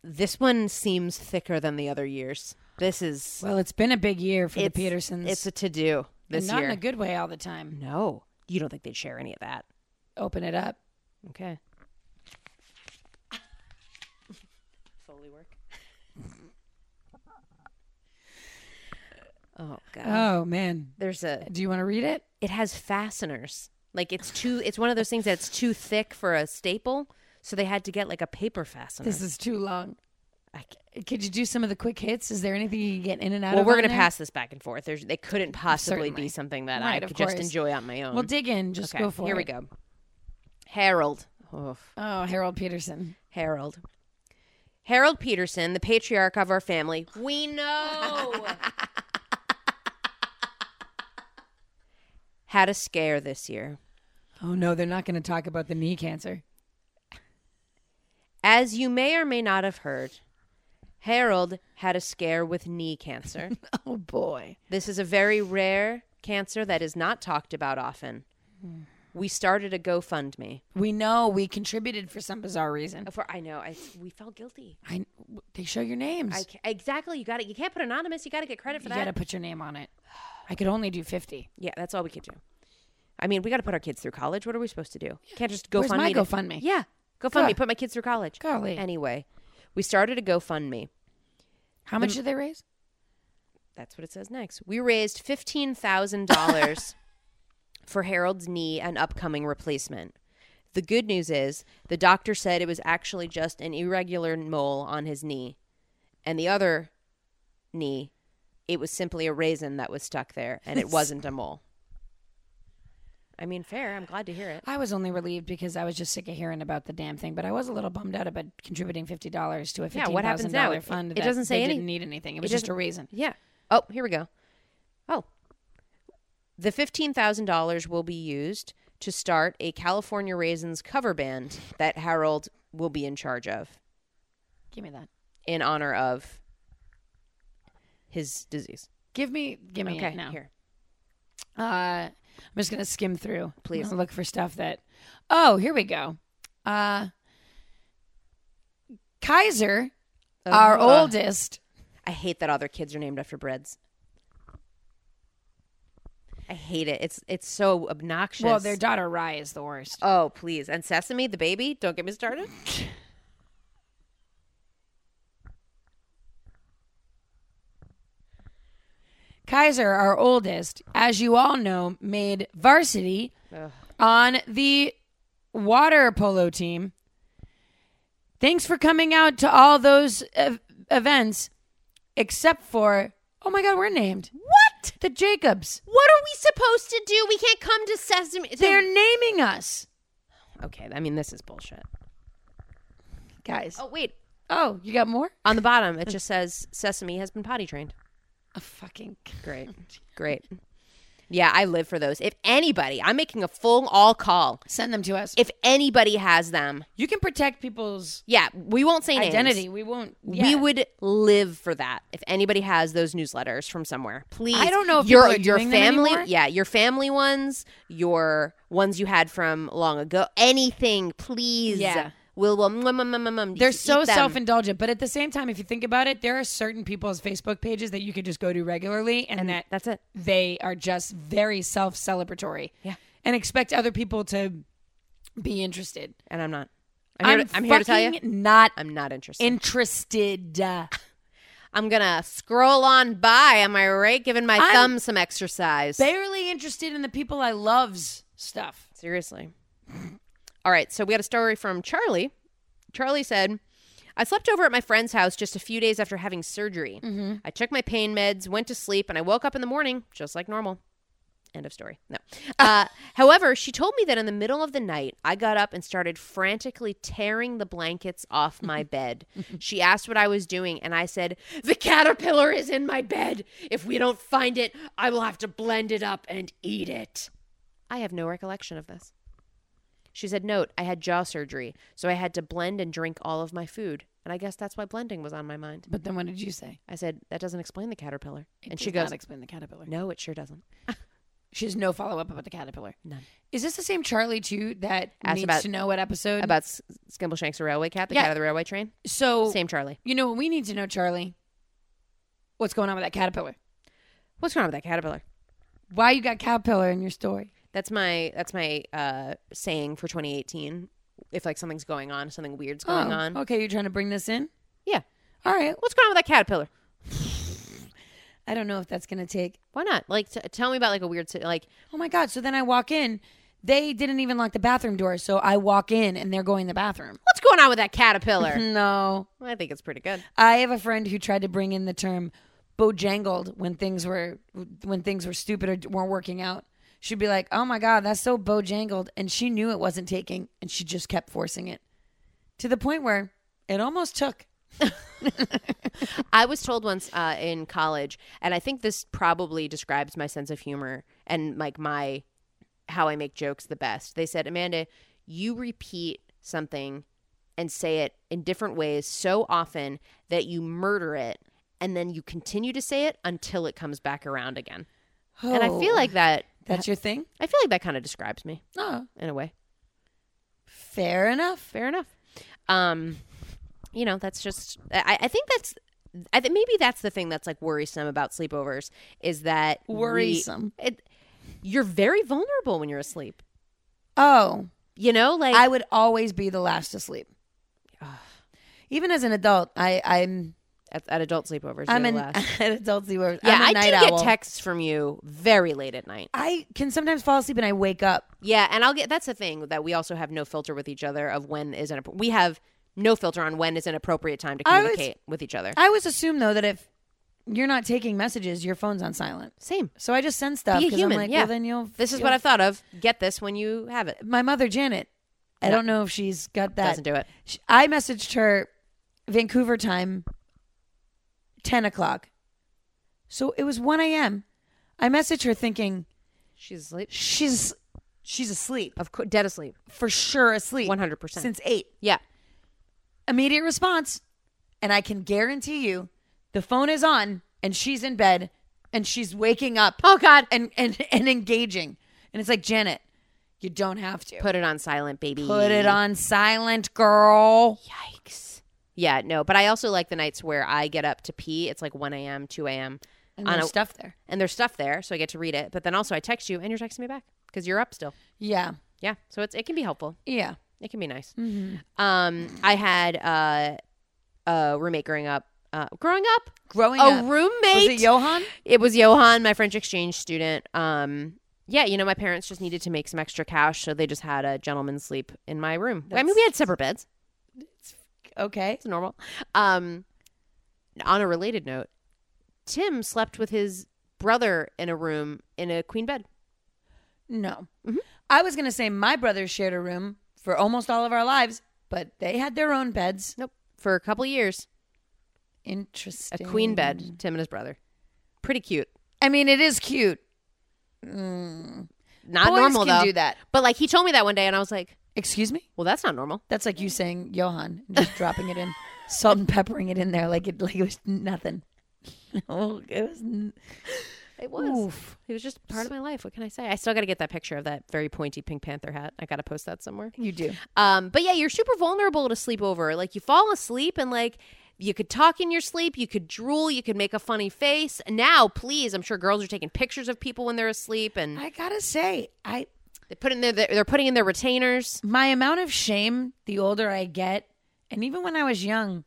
[SPEAKER 2] This one seems thicker than the other years. This is
[SPEAKER 3] well it's been a big year for the
[SPEAKER 2] it's-
[SPEAKER 3] petersons
[SPEAKER 2] It's a to do
[SPEAKER 3] and
[SPEAKER 2] this
[SPEAKER 3] not
[SPEAKER 2] year.
[SPEAKER 3] in a good way all the time
[SPEAKER 2] no, you don't think they'd share any of that?
[SPEAKER 3] open it up
[SPEAKER 2] Okay. Foley work. oh God.
[SPEAKER 3] oh man
[SPEAKER 2] There's a
[SPEAKER 3] do you want to read it
[SPEAKER 2] it has fasteners. Like it's too. It's one of those things that's too thick for a staple, so they had to get like a paper fastener.
[SPEAKER 3] This is too long.
[SPEAKER 2] I c-
[SPEAKER 3] Could you do some of the quick hits? Is there anything you can get in and out
[SPEAKER 2] well,
[SPEAKER 3] of?
[SPEAKER 2] we're
[SPEAKER 3] on
[SPEAKER 2] gonna
[SPEAKER 3] there?
[SPEAKER 2] pass this back and forth. There's, they couldn't possibly
[SPEAKER 3] Certainly.
[SPEAKER 2] be something that
[SPEAKER 3] Right,
[SPEAKER 2] I
[SPEAKER 3] of
[SPEAKER 2] could just
[SPEAKER 3] course.
[SPEAKER 2] enjoy on my own.
[SPEAKER 3] We'll dig in. Just
[SPEAKER 2] okay,
[SPEAKER 3] go for
[SPEAKER 2] here we
[SPEAKER 3] it.
[SPEAKER 2] go. Harold. Oh,
[SPEAKER 3] Oh, Harold Peterson.
[SPEAKER 2] Harold. Harold Peterson, the patriarch of our family. We know. Had a scare this year.
[SPEAKER 3] Oh no, they're not going to talk about the knee cancer.
[SPEAKER 2] As you may or may not have heard, Harold had a scare with knee cancer.
[SPEAKER 3] Oh boy.
[SPEAKER 2] this is a very rare cancer that is not talked about often. We started a GoFundMe.
[SPEAKER 3] We know we contributed for some bizarre reason.
[SPEAKER 2] Oh, For I know, I, we felt guilty.
[SPEAKER 3] I, they show your names.
[SPEAKER 2] I, ca- exactly, you got it. You can't put anonymous. You got to get credit for
[SPEAKER 3] you got
[SPEAKER 2] that.
[SPEAKER 3] to put your name on it. I could only do fifty.
[SPEAKER 2] yeah, that's all we could do. I mean, we got to put our kids through college. What are we supposed to do? Can't just GoFundMe.
[SPEAKER 3] Where's my
[SPEAKER 2] to-
[SPEAKER 3] GoFundMe?
[SPEAKER 2] Yeah, GoFundMe.
[SPEAKER 3] Good.
[SPEAKER 2] Put my kids through college.
[SPEAKER 3] Golly.
[SPEAKER 2] Anyway, we started a GoFundMe.
[SPEAKER 3] How much did they raise?
[SPEAKER 2] That's what it says next. We raised fifteen thousand dollars for Harold's knee and upcoming replacement. The good news is the doctor said it was actually just an irregular mole on his knee, and the other knee, it was simply a raisin that was stuck there, and it wasn't a mole. I mean, fair. I'm glad to hear it.
[SPEAKER 3] I was only relieved because I was just sick of hearing about the damn thing, but I was a little bummed out about contributing fifty dollars to a
[SPEAKER 2] Yeah,
[SPEAKER 3] fifteen
[SPEAKER 2] what happens
[SPEAKER 3] thousand
[SPEAKER 2] now?
[SPEAKER 3] dollar
[SPEAKER 2] It-
[SPEAKER 3] fund.
[SPEAKER 2] it
[SPEAKER 3] that
[SPEAKER 2] doesn't say
[SPEAKER 3] they
[SPEAKER 2] any-
[SPEAKER 3] didn't need anything. It
[SPEAKER 2] it
[SPEAKER 3] was just a
[SPEAKER 2] doesn't-
[SPEAKER 3] raisin.
[SPEAKER 2] Yeah. Oh, here we go. Oh. The $15,000 will be used to start a California Raisins cover band that Harold will be in charge of
[SPEAKER 3] Give me that.
[SPEAKER 2] in honor of his disease.
[SPEAKER 3] Give me. Give me
[SPEAKER 2] Okay,
[SPEAKER 3] it now.
[SPEAKER 2] here.
[SPEAKER 3] Uh, I'm just gonna skim through.
[SPEAKER 2] Please.
[SPEAKER 3] I'm gonna look for stuff that. Oh, here we go. Uh, Kaiser,
[SPEAKER 2] Oh,
[SPEAKER 3] our
[SPEAKER 2] Ugh.
[SPEAKER 3] oldest.
[SPEAKER 2] I hate that all their kids are named after breads. I hate it. It's it's so obnoxious.
[SPEAKER 3] Well, their daughter Rye is the worst.
[SPEAKER 2] oh please and Sesame the baby. Don't get me started.
[SPEAKER 3] Kaiser, our oldest, as you all know, made varsity
[SPEAKER 2] Ugh.
[SPEAKER 3] on the water polo team. Thanks for coming out to all those ev- events, except for oh my god, we're named
[SPEAKER 2] What?
[SPEAKER 3] the Jacobs.
[SPEAKER 2] What are we supposed to do? We can't come to Sesame.
[SPEAKER 3] They're naming us,
[SPEAKER 2] okay. I mean, this is bullshit.
[SPEAKER 3] guys.
[SPEAKER 2] Oh wait,
[SPEAKER 3] Oh, you got more?
[SPEAKER 2] on the bottom it just says Sesame has been potty trained.
[SPEAKER 3] A fucking
[SPEAKER 2] Great, great. Yeah, I live for those. If anybody, I'm making a full all call.
[SPEAKER 3] send them to us.
[SPEAKER 2] If anybody has them,
[SPEAKER 3] you can protect people's
[SPEAKER 2] yeah, we won't say names.
[SPEAKER 3] identity, we won't.
[SPEAKER 2] We
[SPEAKER 3] yeah.
[SPEAKER 2] would live for that. If anybody has those newsletters from somewhere, please.
[SPEAKER 3] I don't know if
[SPEAKER 2] your
[SPEAKER 3] people are
[SPEAKER 2] your
[SPEAKER 3] doing them
[SPEAKER 2] family,
[SPEAKER 3] anymore.
[SPEAKER 2] yeah, your family ones, your ones you had from long ago, anything, please.
[SPEAKER 3] Yeah.
[SPEAKER 2] We'll, we'll, mm, mm, mm, mm, mm,
[SPEAKER 3] They're
[SPEAKER 2] just
[SPEAKER 3] so
[SPEAKER 2] eat them.
[SPEAKER 3] self indulgent, but at the same time, if you think about it, there are certain people's Facebook pages that you could just go to regularly, and, that
[SPEAKER 2] That's it.
[SPEAKER 3] they are just very self celebratory.
[SPEAKER 2] Yeah.
[SPEAKER 3] and expect other people to be interested.
[SPEAKER 2] And I'm not. I'm here, to, I'm here to tell you,
[SPEAKER 3] fucking not
[SPEAKER 2] I'm not interested.
[SPEAKER 3] interested.
[SPEAKER 2] I'm gonna scroll on by. Am I right? Giving my
[SPEAKER 3] I'm-
[SPEAKER 2] thumb some exercise.
[SPEAKER 3] Barely interested in the people I love's stuff.
[SPEAKER 2] Seriously. All right, so we got a story from Charlie. Charlie said, I slept over at my friend's house just a few days after having surgery. I took my pain meds, went to sleep, and I woke up in the morning just like normal. End of story. No. Uh, however, she told me that in the middle of the night, I got up and started frantically tearing the blankets off my bed. she asked what I was doing, and I said, The caterpillar is in my bed. If we don't find it, I will have to blend it up and eat it. I have no recollection of this. She said, Note, I had jaw surgery, so I had to blend and drink all of my food. And I guess that's why blending was on my mind.
[SPEAKER 3] But then, what did you say?
[SPEAKER 2] I said, That doesn't explain the caterpillar.
[SPEAKER 3] It
[SPEAKER 2] and
[SPEAKER 3] does
[SPEAKER 2] she goes,
[SPEAKER 3] not "Explain the caterpillar."
[SPEAKER 2] No, it sure doesn't.
[SPEAKER 3] She has no follow up about the caterpillar.
[SPEAKER 2] None.
[SPEAKER 3] Is this the same Charlie too that
[SPEAKER 2] Asked
[SPEAKER 3] needs
[SPEAKER 2] about-
[SPEAKER 3] to know what episode?
[SPEAKER 2] About S- Skimbleshanks, the railway cat, the
[SPEAKER 3] Yeah.
[SPEAKER 2] cat of the railway train.
[SPEAKER 3] so
[SPEAKER 2] Same Charlie.
[SPEAKER 3] you know what we need to know, Charlie. What's going on with that caterpillar?
[SPEAKER 2] What's wrong with that caterpillar?
[SPEAKER 3] Why you got caterpillar in your story?
[SPEAKER 2] That's my that's my uh, saying for 2018. If like something's going on, something weird's going
[SPEAKER 3] Oh,
[SPEAKER 2] on.
[SPEAKER 3] Okay, you're trying to bring this in.
[SPEAKER 2] Yeah.
[SPEAKER 3] All right.
[SPEAKER 2] What's going on with that caterpillar?
[SPEAKER 3] I don't know if that's gonna take.
[SPEAKER 2] Why not? Like, t- tell me about like a weird, si- like,
[SPEAKER 3] Oh my god! So then I walk in. They didn't even lock the bathroom door, so I walk in and they're going to the bathroom.
[SPEAKER 2] what's going on with that caterpillar?
[SPEAKER 3] No,
[SPEAKER 2] I think it's pretty good.
[SPEAKER 3] I have a friend who tried to bring in the term bojangled when things were when things were stupid or weren't working out. She'd be like, "Oh my god, that's so bojangled," and she knew it wasn't taking, and she just kept forcing it to the point where it almost took.
[SPEAKER 2] I was told once uh, in college, and I think this probably describes my sense of humor and like my how I make jokes the best. They said, Amanda, you repeat something and say it in different ways so often that you murder it, and then you continue to say it until it comes back around again. And I feel
[SPEAKER 3] Oh,
[SPEAKER 2] like that.
[SPEAKER 3] that's your thing.
[SPEAKER 2] I feel like that kind of describes me
[SPEAKER 3] Oh,
[SPEAKER 2] in a way.
[SPEAKER 3] fair enough.
[SPEAKER 2] Fair enough. Um, you know, that's just. I, I think that's. I think maybe that's the thing that's like worrisome about sleepovers is that we-
[SPEAKER 3] Worrisome.
[SPEAKER 2] it, you're very vulnerable when you're asleep.
[SPEAKER 3] Oh,
[SPEAKER 2] You know, like
[SPEAKER 3] I would always be the last to sleep. Even as an adult, I, I'm
[SPEAKER 2] at, at adult sleepovers.
[SPEAKER 3] I'm
[SPEAKER 2] you're
[SPEAKER 3] an,
[SPEAKER 2] last.
[SPEAKER 3] an adult sleeper.
[SPEAKER 2] Yeah,
[SPEAKER 3] I'm a
[SPEAKER 2] I
[SPEAKER 3] night
[SPEAKER 2] do
[SPEAKER 3] owl.
[SPEAKER 2] get texts from you very late at night.
[SPEAKER 3] I can sometimes fall asleep and I wake up.
[SPEAKER 2] Yeah, and I'll get. That's the thing that we also have no filter with each other of when is an. appro- We have no filter on when is an appropriate time to
[SPEAKER 3] I was-
[SPEAKER 2] communicate with each other.
[SPEAKER 3] I always assume though that if you're not taking messages, your phone's on silent.
[SPEAKER 2] Same.
[SPEAKER 3] So I just send stuff
[SPEAKER 2] Be a
[SPEAKER 3] because I'm
[SPEAKER 2] human,
[SPEAKER 3] like,
[SPEAKER 2] yeah.
[SPEAKER 3] well, then you'll.
[SPEAKER 2] This is
[SPEAKER 3] you'll-
[SPEAKER 2] what I've thought of. Get this when you have it.
[SPEAKER 3] My mother Janet. I don't know if she's got that.
[SPEAKER 2] Doesn't do it.
[SPEAKER 3] Sh- I messaged her Vancouver time, 10 o'clock. So it was 1 a.m. I messaged her thinking
[SPEAKER 2] She's asleep.
[SPEAKER 3] she's she's asleep
[SPEAKER 2] Of course, dead asleep.
[SPEAKER 3] for sure asleep
[SPEAKER 2] 100%.
[SPEAKER 3] since eight.
[SPEAKER 2] Yeah.
[SPEAKER 3] Immediate response, and I can guarantee you, the phone is on and she's in bed and she's waking up
[SPEAKER 2] Oh God.
[SPEAKER 3] and and and engaging. And it's like, Janet, you don't have to.
[SPEAKER 2] Put it on silent, baby.
[SPEAKER 3] Put it on silent, girl.
[SPEAKER 2] Yikes. Yeah, no, but I also like the nights where I get up to pee. It's like 1 a.m., 2 a.m.,
[SPEAKER 3] And
[SPEAKER 2] On
[SPEAKER 3] there's
[SPEAKER 2] a-
[SPEAKER 3] stuff there.
[SPEAKER 2] and there's stuff there, so I get to read it. But then also I text you, and you're texting me back because you're up still.
[SPEAKER 3] Yeah.
[SPEAKER 2] Yeah, so it's it can be helpful.
[SPEAKER 3] Yeah.
[SPEAKER 2] It can be nice.
[SPEAKER 3] Mm-hmm.
[SPEAKER 2] Um, I had uh, a roommate growing up. Uh, growing up,
[SPEAKER 3] Growing
[SPEAKER 2] a
[SPEAKER 3] up. Was
[SPEAKER 2] roommate.
[SPEAKER 3] it Johan?
[SPEAKER 2] It was Johan, my French exchange student. Um, yeah, you know, my parents just needed to make some extra cash, so they just had a gentleman sleep in my room. I mean, we had separate beds.
[SPEAKER 3] Okay.
[SPEAKER 2] It's normal. Um, on a related note, Tim slept with his brother in a room in a queen bed.
[SPEAKER 3] No.
[SPEAKER 2] Mm-hmm.
[SPEAKER 3] I was going to say my brothers shared a room for almost all of our lives, but they had their own beds.
[SPEAKER 2] Nope. For a couple years, a
[SPEAKER 3] Interesting.
[SPEAKER 2] queen bed. Tim and his brother. Pretty cute.
[SPEAKER 3] I mean, it is cute.
[SPEAKER 2] Not
[SPEAKER 3] Boys
[SPEAKER 2] normal
[SPEAKER 3] can
[SPEAKER 2] though.
[SPEAKER 3] do that.
[SPEAKER 2] But like he told me that one day, and I was like,
[SPEAKER 3] Excuse me?
[SPEAKER 2] "Well, that's not normal."
[SPEAKER 3] That's like you saying Johan, and just dropping it in, salt and peppering it in there like it like it was nothing. oh, it was. n-
[SPEAKER 2] It was. It was just part of my life. What can I say? I still got to get that picture of that very pointy Pink Panther hat. I got to post that somewhere.
[SPEAKER 3] You do.
[SPEAKER 2] Um, but yeah, you're super vulnerable to sleepover. Like you fall asleep and like you could talk in your sleep, you could drool, you could make a funny face. Now, please, I'm sure girls are taking pictures of people when they're asleep and
[SPEAKER 3] I gotta say, I
[SPEAKER 2] they put in their they're putting in their retainers.
[SPEAKER 3] my amount of shame the older I get, and even when I was young,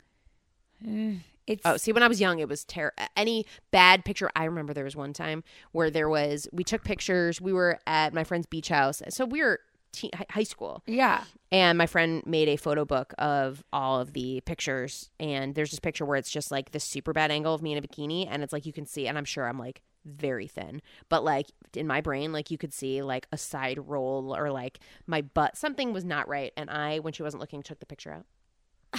[SPEAKER 3] eh, it's
[SPEAKER 2] Oh, see, when I was young, it was terrible. Any bad picture, I remember there was one time where there was we took pictures. We were at my friend's beach house, so we were teen, hi- high school.
[SPEAKER 3] yeah.
[SPEAKER 2] And my friend made a photo book of all of the pictures. And there's this picture where it's just like this super bad angle of me in a bikini. And it's like you can see, and I'm sure I'm like very thin, but like in my brain, like you could see like a side roll or like my butt. Something was not right. And I, when she wasn't looking, took the picture out.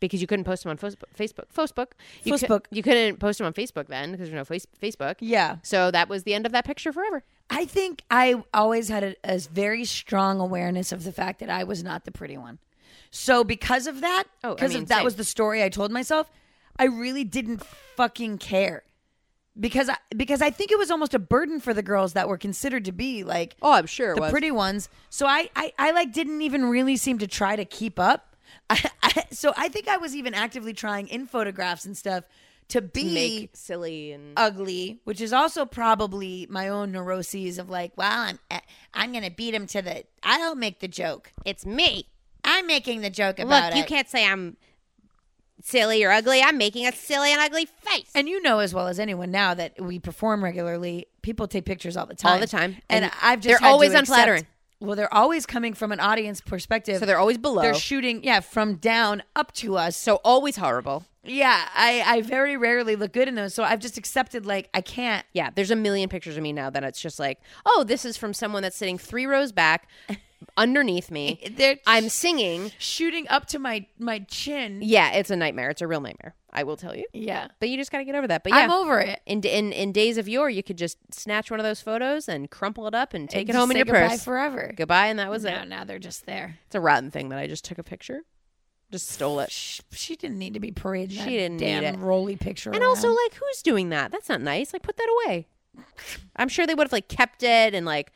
[SPEAKER 2] Because you couldn't post them on Fos- Facebook. Facebook. You, cou-
[SPEAKER 3] Facebook.
[SPEAKER 2] you couldn't post them on Facebook then because there's no face- Facebook.
[SPEAKER 3] Yeah.
[SPEAKER 2] So that was the end of that picture forever.
[SPEAKER 3] I think I always had a, a very strong awareness of the fact that I was not the pretty one. So because of that,
[SPEAKER 2] Oh, I
[SPEAKER 3] because
[SPEAKER 2] mean,
[SPEAKER 3] that
[SPEAKER 2] same.
[SPEAKER 3] was the story I told myself, I really didn't fucking care. Because I, because I think it was almost a burden for the girls that were considered to be like
[SPEAKER 2] Oh, I'm sure it
[SPEAKER 3] the pretty ones. So I, I I like didn't even really seem to try to keep up. I, I, so I think I was even actively trying in photographs and stuff to be
[SPEAKER 2] Make silly and.
[SPEAKER 3] ugly, which is also probably my own neuroses of like, well, I'm eh, I'm gonna beat him to the. I'll make the joke.
[SPEAKER 2] it's me.
[SPEAKER 3] I'm making the joke
[SPEAKER 2] Look,
[SPEAKER 3] about
[SPEAKER 2] you
[SPEAKER 3] it.
[SPEAKER 2] can't say I'm silly or ugly. I'm making a silly and ugly face.
[SPEAKER 3] and you know as well as anyone now that we perform regularly, people take pictures all the time,
[SPEAKER 2] All the time.
[SPEAKER 3] and,
[SPEAKER 2] And
[SPEAKER 3] I've just
[SPEAKER 2] they're
[SPEAKER 3] had to
[SPEAKER 2] always
[SPEAKER 3] accept-
[SPEAKER 2] unflattering.
[SPEAKER 3] well, they're always coming from an audience perspective,
[SPEAKER 2] so they're always below.
[SPEAKER 3] they're shooting yeah from down up to us. So
[SPEAKER 2] so always horrible.
[SPEAKER 3] yeah, I I very rarely look good in those. So I've just accepted like I can't.
[SPEAKER 2] Yeah, there's a million pictures of me now that it's just like, oh, this is from someone that's sitting three rows back underneath me.
[SPEAKER 3] They're
[SPEAKER 2] I'm singing.
[SPEAKER 3] shooting up to my my chin.
[SPEAKER 2] Yeah, it's a nightmare. It's a real nightmare. I will tell you.
[SPEAKER 3] Yeah.
[SPEAKER 2] But you just got to get over that. But yeah.
[SPEAKER 3] I'm over it.
[SPEAKER 2] in, in in days of yore, you could just snatch one of those photos and crumple it up and take it
[SPEAKER 3] just
[SPEAKER 2] home in
[SPEAKER 3] say
[SPEAKER 2] your
[SPEAKER 3] goodbye
[SPEAKER 2] purse.
[SPEAKER 3] forever.
[SPEAKER 2] goodbye, and that was
[SPEAKER 3] now,
[SPEAKER 2] it.
[SPEAKER 3] now they're just there.
[SPEAKER 2] It's a rotten thing that I just took a picture, just stole it.
[SPEAKER 3] She, she didn't need to be parading. She
[SPEAKER 2] didn't
[SPEAKER 3] didn't
[SPEAKER 2] need
[SPEAKER 3] damn
[SPEAKER 2] it.
[SPEAKER 3] Roly picture.
[SPEAKER 2] And also, like, who's doing that? That's not nice. Like, put that away. I'm sure they would have like kept it and like.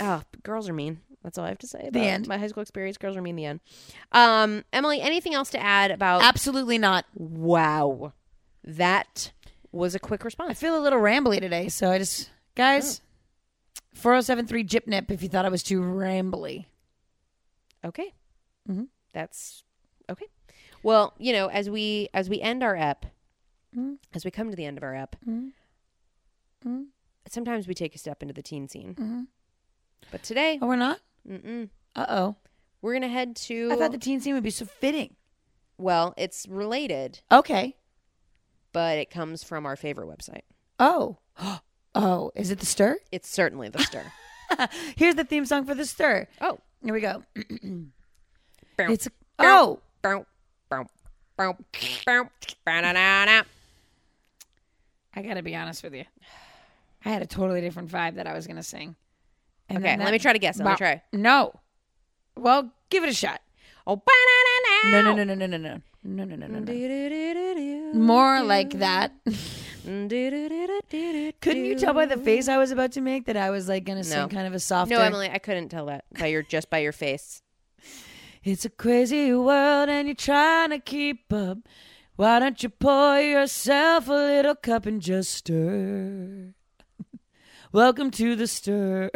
[SPEAKER 2] Oh, girls are mean. That's all I have to say. About
[SPEAKER 3] end.
[SPEAKER 2] My high school experience. Girls are mean. The end. Um, Emily, anything else to add about?
[SPEAKER 3] Uh, absolutely not.
[SPEAKER 2] wow, that was a quick
[SPEAKER 3] I
[SPEAKER 2] response.
[SPEAKER 3] feel a little rambly today, so I just guys. 4073 Gypnip if you thought I was too rambly.
[SPEAKER 2] Okay,
[SPEAKER 3] Mhm.
[SPEAKER 2] that's okay. Well, you know, as we as we end our ep,
[SPEAKER 3] Mm-hmm.
[SPEAKER 2] as we come to the end of our ep, sometimes we take a step into the teen scene. But today,
[SPEAKER 3] Mm-hmm. Oh, we're not?
[SPEAKER 2] mm-mm.
[SPEAKER 3] Uh oh.
[SPEAKER 2] We're gonna head to.
[SPEAKER 3] I thought the teen scene would be so fitting.
[SPEAKER 2] well, it's related,
[SPEAKER 3] Okay.
[SPEAKER 2] but it comes from our favorite website.
[SPEAKER 3] Oh. Oh, is it the stir?
[SPEAKER 2] It's certainly the stir.
[SPEAKER 3] Here's the theme song for the stir.
[SPEAKER 2] oh,
[SPEAKER 3] Here we go.
[SPEAKER 2] Bow.
[SPEAKER 3] it's a, oh,
[SPEAKER 2] bow, bow, bow, bow, ba-na-na-na.
[SPEAKER 3] I gotta be honest with you. I had a totally different vibe that I was gonna sing. And
[SPEAKER 2] Okay,
[SPEAKER 3] then
[SPEAKER 2] let
[SPEAKER 3] that-
[SPEAKER 2] me try to guess. Let me
[SPEAKER 3] Wow.
[SPEAKER 2] try.
[SPEAKER 3] No. Well, give it a shot.
[SPEAKER 2] Oh, ba-na-na-na.
[SPEAKER 3] No, no, no, no, no, no, no, no, no, no, no, no. More like that. Mm.
[SPEAKER 2] Mm,
[SPEAKER 3] Couldn't you tell by the face I was about to make that I was like gonna
[SPEAKER 2] No.
[SPEAKER 3] sing kind of a softer?
[SPEAKER 2] No, Emily, I couldn't tell that by your just by your face.
[SPEAKER 3] It's a crazy world and you're trying to keep up. Why don't you pour yourself a little cup and just stir? Welcome to the stir.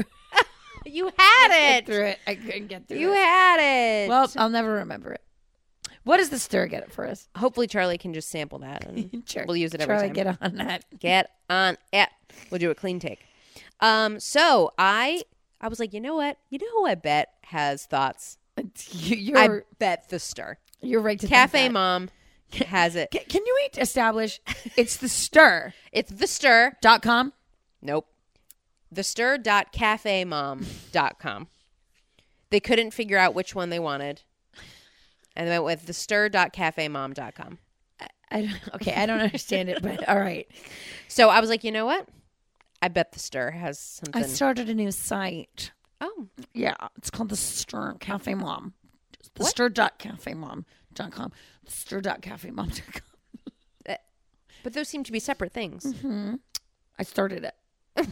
[SPEAKER 2] You had it.
[SPEAKER 3] Through it, I couldn't get through
[SPEAKER 2] You
[SPEAKER 3] it.
[SPEAKER 2] had it.
[SPEAKER 3] Well, I'll never remember it. What does the stir get it for us?
[SPEAKER 2] hopefully Charlie can just sample that and
[SPEAKER 3] Sure.
[SPEAKER 2] we'll use it every
[SPEAKER 3] Charlie,
[SPEAKER 2] time.
[SPEAKER 3] get on that.
[SPEAKER 2] Get on it. We'll do a clean take. Um, so I I was like, you know what? You know who I bet has thoughts?
[SPEAKER 3] You-
[SPEAKER 2] I
[SPEAKER 3] You're
[SPEAKER 2] bet the stir.
[SPEAKER 3] you're right to think
[SPEAKER 2] Cafe
[SPEAKER 3] that.
[SPEAKER 2] Mom has it.
[SPEAKER 3] Ca- Can you establish it's the stir
[SPEAKER 2] It's the stir.
[SPEAKER 3] dot com?
[SPEAKER 2] Nope. The stir.cafemom.com. They couldn't figure out which one they wanted. And they went with the stir.cafemom.com.
[SPEAKER 3] I don't, okay, I don't understand it, but all right.
[SPEAKER 2] So I was like, you know what? I bet the stir has something.
[SPEAKER 3] I started a new site.
[SPEAKER 2] oh,
[SPEAKER 3] Yeah, it's called the Stir Cafe Mom. The Stir dot Cafe Mom dot com. Stir dot Cafe Mom dot com.
[SPEAKER 2] but those seem to be separate things.
[SPEAKER 3] I started it.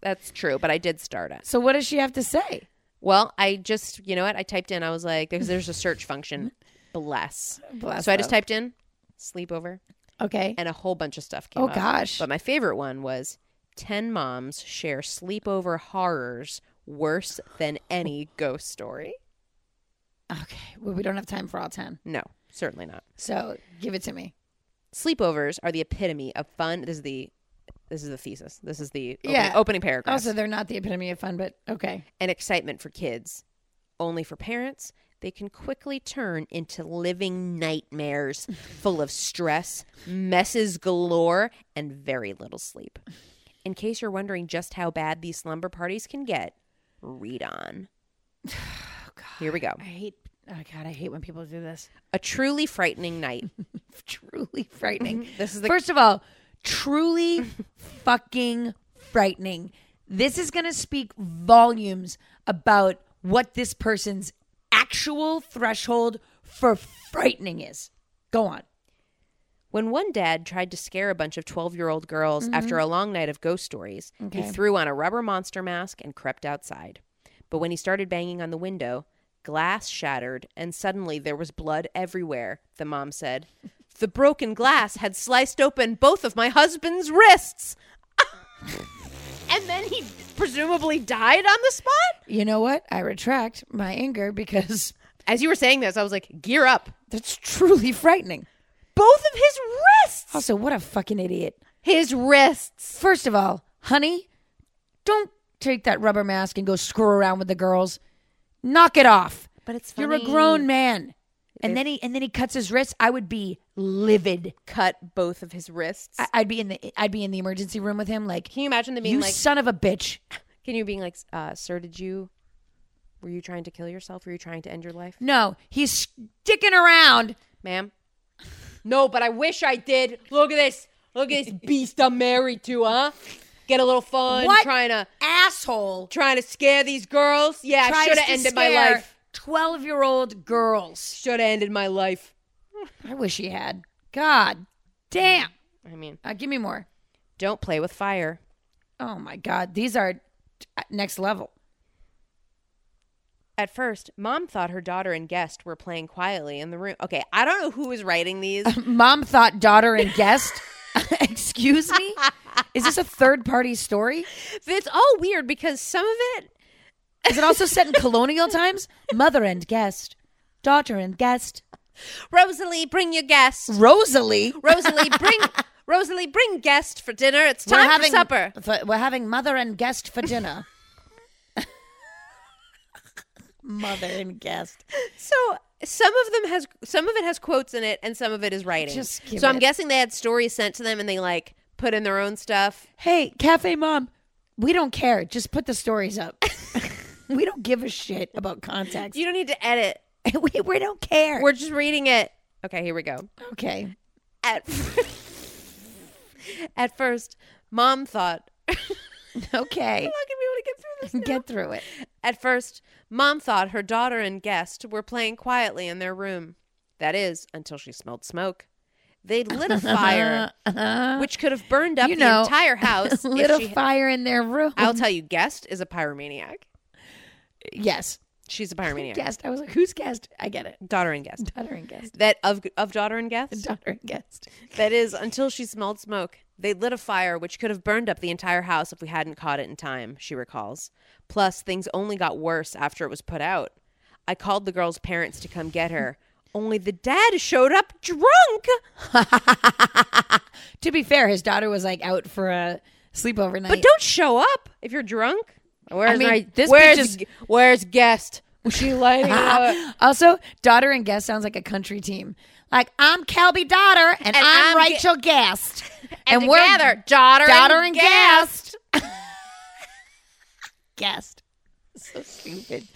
[SPEAKER 2] That's true, but I did start it.
[SPEAKER 3] So what does she have to say?
[SPEAKER 2] Well, I just, you know what? I typed in, I was like, because there's a search function, bless.
[SPEAKER 3] Bless uh,
[SPEAKER 2] so I just
[SPEAKER 3] them.
[SPEAKER 2] typed in sleepover,
[SPEAKER 3] okay.
[SPEAKER 2] and a whole bunch of stuff came
[SPEAKER 3] Oh
[SPEAKER 2] up.
[SPEAKER 3] gosh.
[SPEAKER 2] But my favorite one was 10 moms share sleepover horrors worse than any ghost story.
[SPEAKER 3] Okay. Well, we don't have time for all ten.
[SPEAKER 2] No, certainly not.
[SPEAKER 3] So give it to me.
[SPEAKER 2] Sleepovers are the epitome of fun. This is the this is the thesis. This is the opening,
[SPEAKER 3] Yeah.
[SPEAKER 2] opening paragraph.
[SPEAKER 3] Also, they're not the epitome of fun, but okay.
[SPEAKER 2] and excitement for kids. Only for parents, they can quickly turn into living nightmares full of stress, messes galore, and very little sleep. In case you're wondering just how bad these slumber parties can get, read on. Here we go.
[SPEAKER 3] I hate. Oh God, I hate when people do this.
[SPEAKER 2] A truly frightening night.
[SPEAKER 3] Truly frightening.
[SPEAKER 2] This is the
[SPEAKER 3] First of all, truly fucking frightening. This is going to speak volumes about what this person's actual threshold for frightening is. Go on.
[SPEAKER 2] When one dad tried to scare a bunch of 12 year old girls after a long night of ghost stories, he threw on a rubber monster mask and crept outside. But when he started banging on the window, glass shattered and suddenly there was blood everywhere, the mom said. The broken glass had sliced open both of my husband's wrists. and then he presumably died on the spot?
[SPEAKER 3] You know what? I retract my anger because
[SPEAKER 2] As you were saying this, I was like, gear up.
[SPEAKER 3] that's truly frightening.
[SPEAKER 2] Both of his wrists!
[SPEAKER 3] Also, what a fucking idiot.
[SPEAKER 2] His wrists.
[SPEAKER 3] First of all, honey, don't take that rubber mask and go screw around with the girls. Knock it off.
[SPEAKER 2] But it's
[SPEAKER 3] You're a
[SPEAKER 2] funny.
[SPEAKER 3] grown man. And then he and then he cuts his wrist. I would be livid.
[SPEAKER 2] Cut both of his wrists.
[SPEAKER 3] I, I'd be in the I'd be in the emergency room with him. Like
[SPEAKER 2] Can you imagine them being
[SPEAKER 3] you
[SPEAKER 2] like,
[SPEAKER 3] son of a bitch.
[SPEAKER 2] can you being like, uh, sir, did you, were you trying to kill yourself? Were you trying to end your life?
[SPEAKER 3] No, he's sticking around.
[SPEAKER 2] Ma'am? No, but I wish I did. Look at this. Look at this beast I'm married to, huh? Get a little fun
[SPEAKER 3] What?
[SPEAKER 2] trying to
[SPEAKER 3] Asshole.
[SPEAKER 2] trying to scare these girls. Yeah, I
[SPEAKER 3] tries
[SPEAKER 2] should have
[SPEAKER 3] to
[SPEAKER 2] ended my
[SPEAKER 3] scare
[SPEAKER 2] life.
[SPEAKER 3] Twelve-year-old girls.
[SPEAKER 2] Should have ended my life.
[SPEAKER 3] I wish he had. God damn.
[SPEAKER 2] I mean,
[SPEAKER 3] Uh, give me more.
[SPEAKER 2] don't play with fire.
[SPEAKER 3] Oh my God, these are t- uh, next level.
[SPEAKER 2] At first, mom thought her daughter and guest were playing quietly in the room. Okay, I don't know who is writing these.
[SPEAKER 3] Mom thought daughter and guest. Excuse me. Is this a third-party story?
[SPEAKER 2] it's all weird because some of it
[SPEAKER 3] Is it also set in colonial times? Mother and guest, daughter and guest.
[SPEAKER 2] Rosalie, bring your guest.
[SPEAKER 3] Rosalie,
[SPEAKER 2] Rosalie, bring Rosalie, bring guest for dinner. It's time for supper.
[SPEAKER 3] for- we're having mother and guest for dinner. mother and guest.
[SPEAKER 2] So some of them has some of it has quotes in it, and some of it is writing.
[SPEAKER 3] Just give
[SPEAKER 2] so I'm
[SPEAKER 3] it-
[SPEAKER 2] guessing they had stories sent to them, and they like put in their own stuff.
[SPEAKER 3] Hey, cafe mom, we don't care. Just put the stories up. we don't give a shit about context.
[SPEAKER 2] You don't need to edit.
[SPEAKER 3] we, we don't care.
[SPEAKER 2] We're just reading it. Okay, here we go.
[SPEAKER 3] okay.
[SPEAKER 2] At at first, mom thought. I'm
[SPEAKER 3] Okay.
[SPEAKER 2] not gonna be able to get through this.
[SPEAKER 3] Get through it.
[SPEAKER 2] At first, Mom thought her daughter and guest were playing quietly in their room. That is, until she smelled smoke. They lit a fire, which could have burned up
[SPEAKER 3] You
[SPEAKER 2] the
[SPEAKER 3] know,
[SPEAKER 2] entire house. if
[SPEAKER 3] Little
[SPEAKER 2] she-
[SPEAKER 3] fire in their room.
[SPEAKER 2] I'll tell you, guest is a pyromaniac.
[SPEAKER 3] yes.
[SPEAKER 2] She's a pyromaniac.
[SPEAKER 3] Guest. I was like, who's guest? I get it.
[SPEAKER 2] Daughter and guest.
[SPEAKER 3] Daughter and guest.
[SPEAKER 2] That of of daughter and guest.
[SPEAKER 3] Daughter and guest.
[SPEAKER 2] That is until she smelled smoke. They lit a fire which could have burned up the entire house if we hadn't caught it in time, she recalls. Plus, things only got worse after it was put out. I called the girl's parents to come get her. Only the dad showed up drunk.
[SPEAKER 3] To be fair, his daughter was like out for a sleepover night.
[SPEAKER 2] But don't show up if you're drunk. Where's
[SPEAKER 3] I mean,
[SPEAKER 2] my-
[SPEAKER 3] this
[SPEAKER 2] where's
[SPEAKER 3] bitch is-
[SPEAKER 2] g- where's guest? Was she lighting up?
[SPEAKER 3] uh, also, daughter and guest sounds like a country team. Like I'm Kelby daughter and, I'm,
[SPEAKER 2] I'm Ga-
[SPEAKER 3] Rachel Guest,
[SPEAKER 2] and, together, daughter,
[SPEAKER 3] daughter
[SPEAKER 2] and,
[SPEAKER 3] and
[SPEAKER 2] guest.
[SPEAKER 3] guest. So stupid.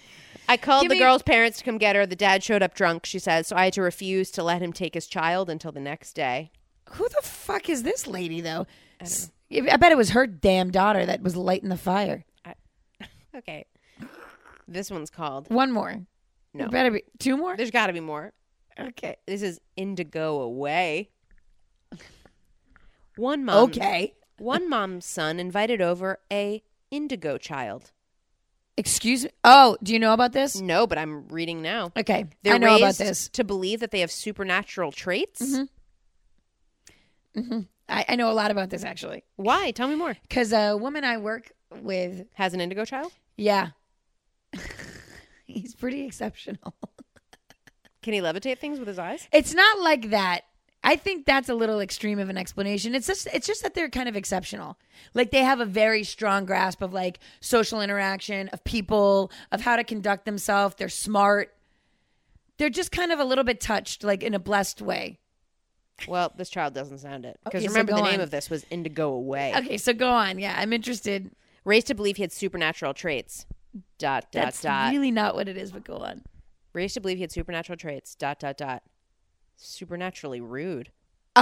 [SPEAKER 2] I called
[SPEAKER 3] Give
[SPEAKER 2] the
[SPEAKER 3] me-
[SPEAKER 2] girl's parents to come get her. The dad showed up drunk, she says, so I had to refuse to let him take his child until the next day.
[SPEAKER 3] Who the fuck is this lady though? S- I bet it was her damn daughter that was lighting the fire.
[SPEAKER 2] Okay. This one's called.
[SPEAKER 3] One more.
[SPEAKER 2] No.
[SPEAKER 3] It better be two more.
[SPEAKER 2] There's got to be more.
[SPEAKER 3] Okay.
[SPEAKER 2] This is Indigo Away. One mom.
[SPEAKER 3] Okay.
[SPEAKER 2] One mom's son invited over a indigo child.
[SPEAKER 3] Excuse me. Oh, do you know about this?
[SPEAKER 2] No, but I'm reading now.
[SPEAKER 3] Okay.
[SPEAKER 2] Mm. They're
[SPEAKER 3] I know about
[SPEAKER 2] raised
[SPEAKER 3] this. Mm-hmm.
[SPEAKER 2] to believe that they have supernatural traits.
[SPEAKER 3] I, I know a lot about this actually.
[SPEAKER 2] Why? Tell me more.
[SPEAKER 3] Because a woman I work with,
[SPEAKER 2] Has an indigo child?
[SPEAKER 3] yeah, he's pretty exceptional.
[SPEAKER 2] Can he levitate things with his eyes?
[SPEAKER 3] It's not like that. I think that's a little extreme of an explanation. It's just it's just that they're kind of exceptional. Like they have a very strong grasp of like social interaction, of people, of how to conduct themselves. They're smart. They're just kind of a little bit touched, like in a blessed way.
[SPEAKER 2] Well, this child doesn't sound it. Because
[SPEAKER 3] Okay, so
[SPEAKER 2] remember,
[SPEAKER 3] go
[SPEAKER 2] the name
[SPEAKER 3] on.
[SPEAKER 2] of this was Indigo Away.
[SPEAKER 3] Okay, so go on. Yeah, I'm interested.
[SPEAKER 2] Raised to believe he had supernatural traits. Dot, dot,
[SPEAKER 3] That's
[SPEAKER 2] dot.
[SPEAKER 3] really not what it is, but go on.
[SPEAKER 2] Raised to believe he had supernatural traits. Dot, dot, dot. Supernaturally rude.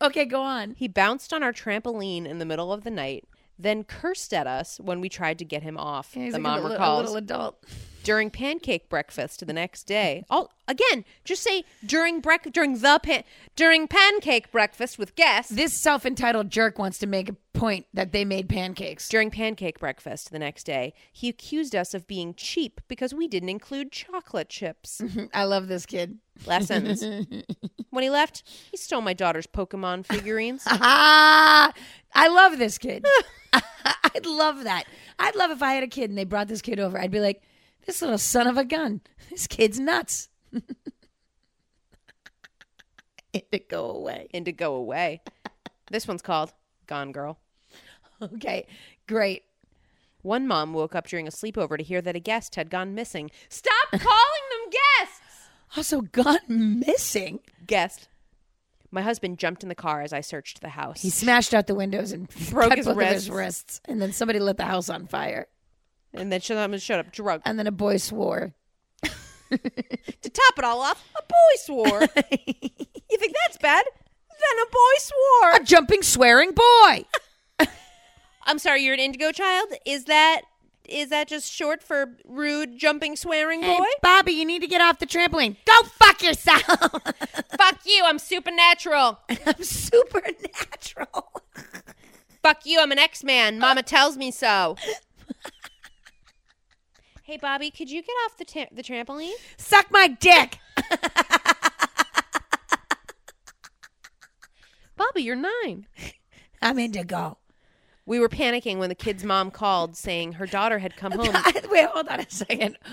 [SPEAKER 3] Okay, go on.
[SPEAKER 2] He bounced on our trampoline in the middle of the night, then cursed at us when we tried to get him off,
[SPEAKER 3] He's
[SPEAKER 2] the
[SPEAKER 3] like a
[SPEAKER 2] mom
[SPEAKER 3] li- a
[SPEAKER 2] recalls.
[SPEAKER 3] little adult.
[SPEAKER 2] during pancake breakfast the next day. Oh, again, just say during break during the pan- during pancake breakfast with guests.
[SPEAKER 3] This self entitled jerk wants to make a point that they made pancakes.
[SPEAKER 2] During pancake breakfast the next day, he accused us of being cheap because we didn't include chocolate chips.
[SPEAKER 3] I love this kid.
[SPEAKER 2] Last sentence. When he left, he stole my daughter's Pokemon figurines.
[SPEAKER 3] Ah, I love this kid. I'd love that. I'd love if I had a kid and they brought this kid over. I'd be like, this little son of a gun. This kid's nuts. it go away.
[SPEAKER 2] and to go away. This one's called Gone Girl.
[SPEAKER 3] Okay, great.
[SPEAKER 2] One mom woke up during a sleepover to hear that a guest had gone missing. Stop calling them guests!
[SPEAKER 3] Also, gone missing.
[SPEAKER 2] Guest. My husband jumped in the car as I searched the house.
[SPEAKER 3] He smashed out the windows and
[SPEAKER 2] Broke
[SPEAKER 3] cut
[SPEAKER 2] his
[SPEAKER 3] both of his
[SPEAKER 2] wrists.
[SPEAKER 3] wrists. And then somebody lit the house on fire.
[SPEAKER 2] and then someone showed up drunk.
[SPEAKER 3] And then a boy swore.
[SPEAKER 2] to top it all off, a boy swore. you think that's bad? Then a boy swore.
[SPEAKER 3] A jumping, swearing boy.
[SPEAKER 2] I'm sorry, you're an indigo child? Is that is that just short for rude jumping swearing boy?
[SPEAKER 3] Hey, Bobby, you need to get off the trampoline. Go fuck yourself.
[SPEAKER 2] Fuck you, I'm supernatural.
[SPEAKER 3] I'm supernatural.
[SPEAKER 2] Fuck you, I'm an X-Man. Mama tells me so. hey Bobby, could you get off the ta- the trampoline?
[SPEAKER 3] Suck my dick.
[SPEAKER 2] Bobby, you're 9.
[SPEAKER 3] I'm indigo.
[SPEAKER 2] We were panicking when the kid's mom called saying her daughter had come home.
[SPEAKER 3] Wait, hold on a second.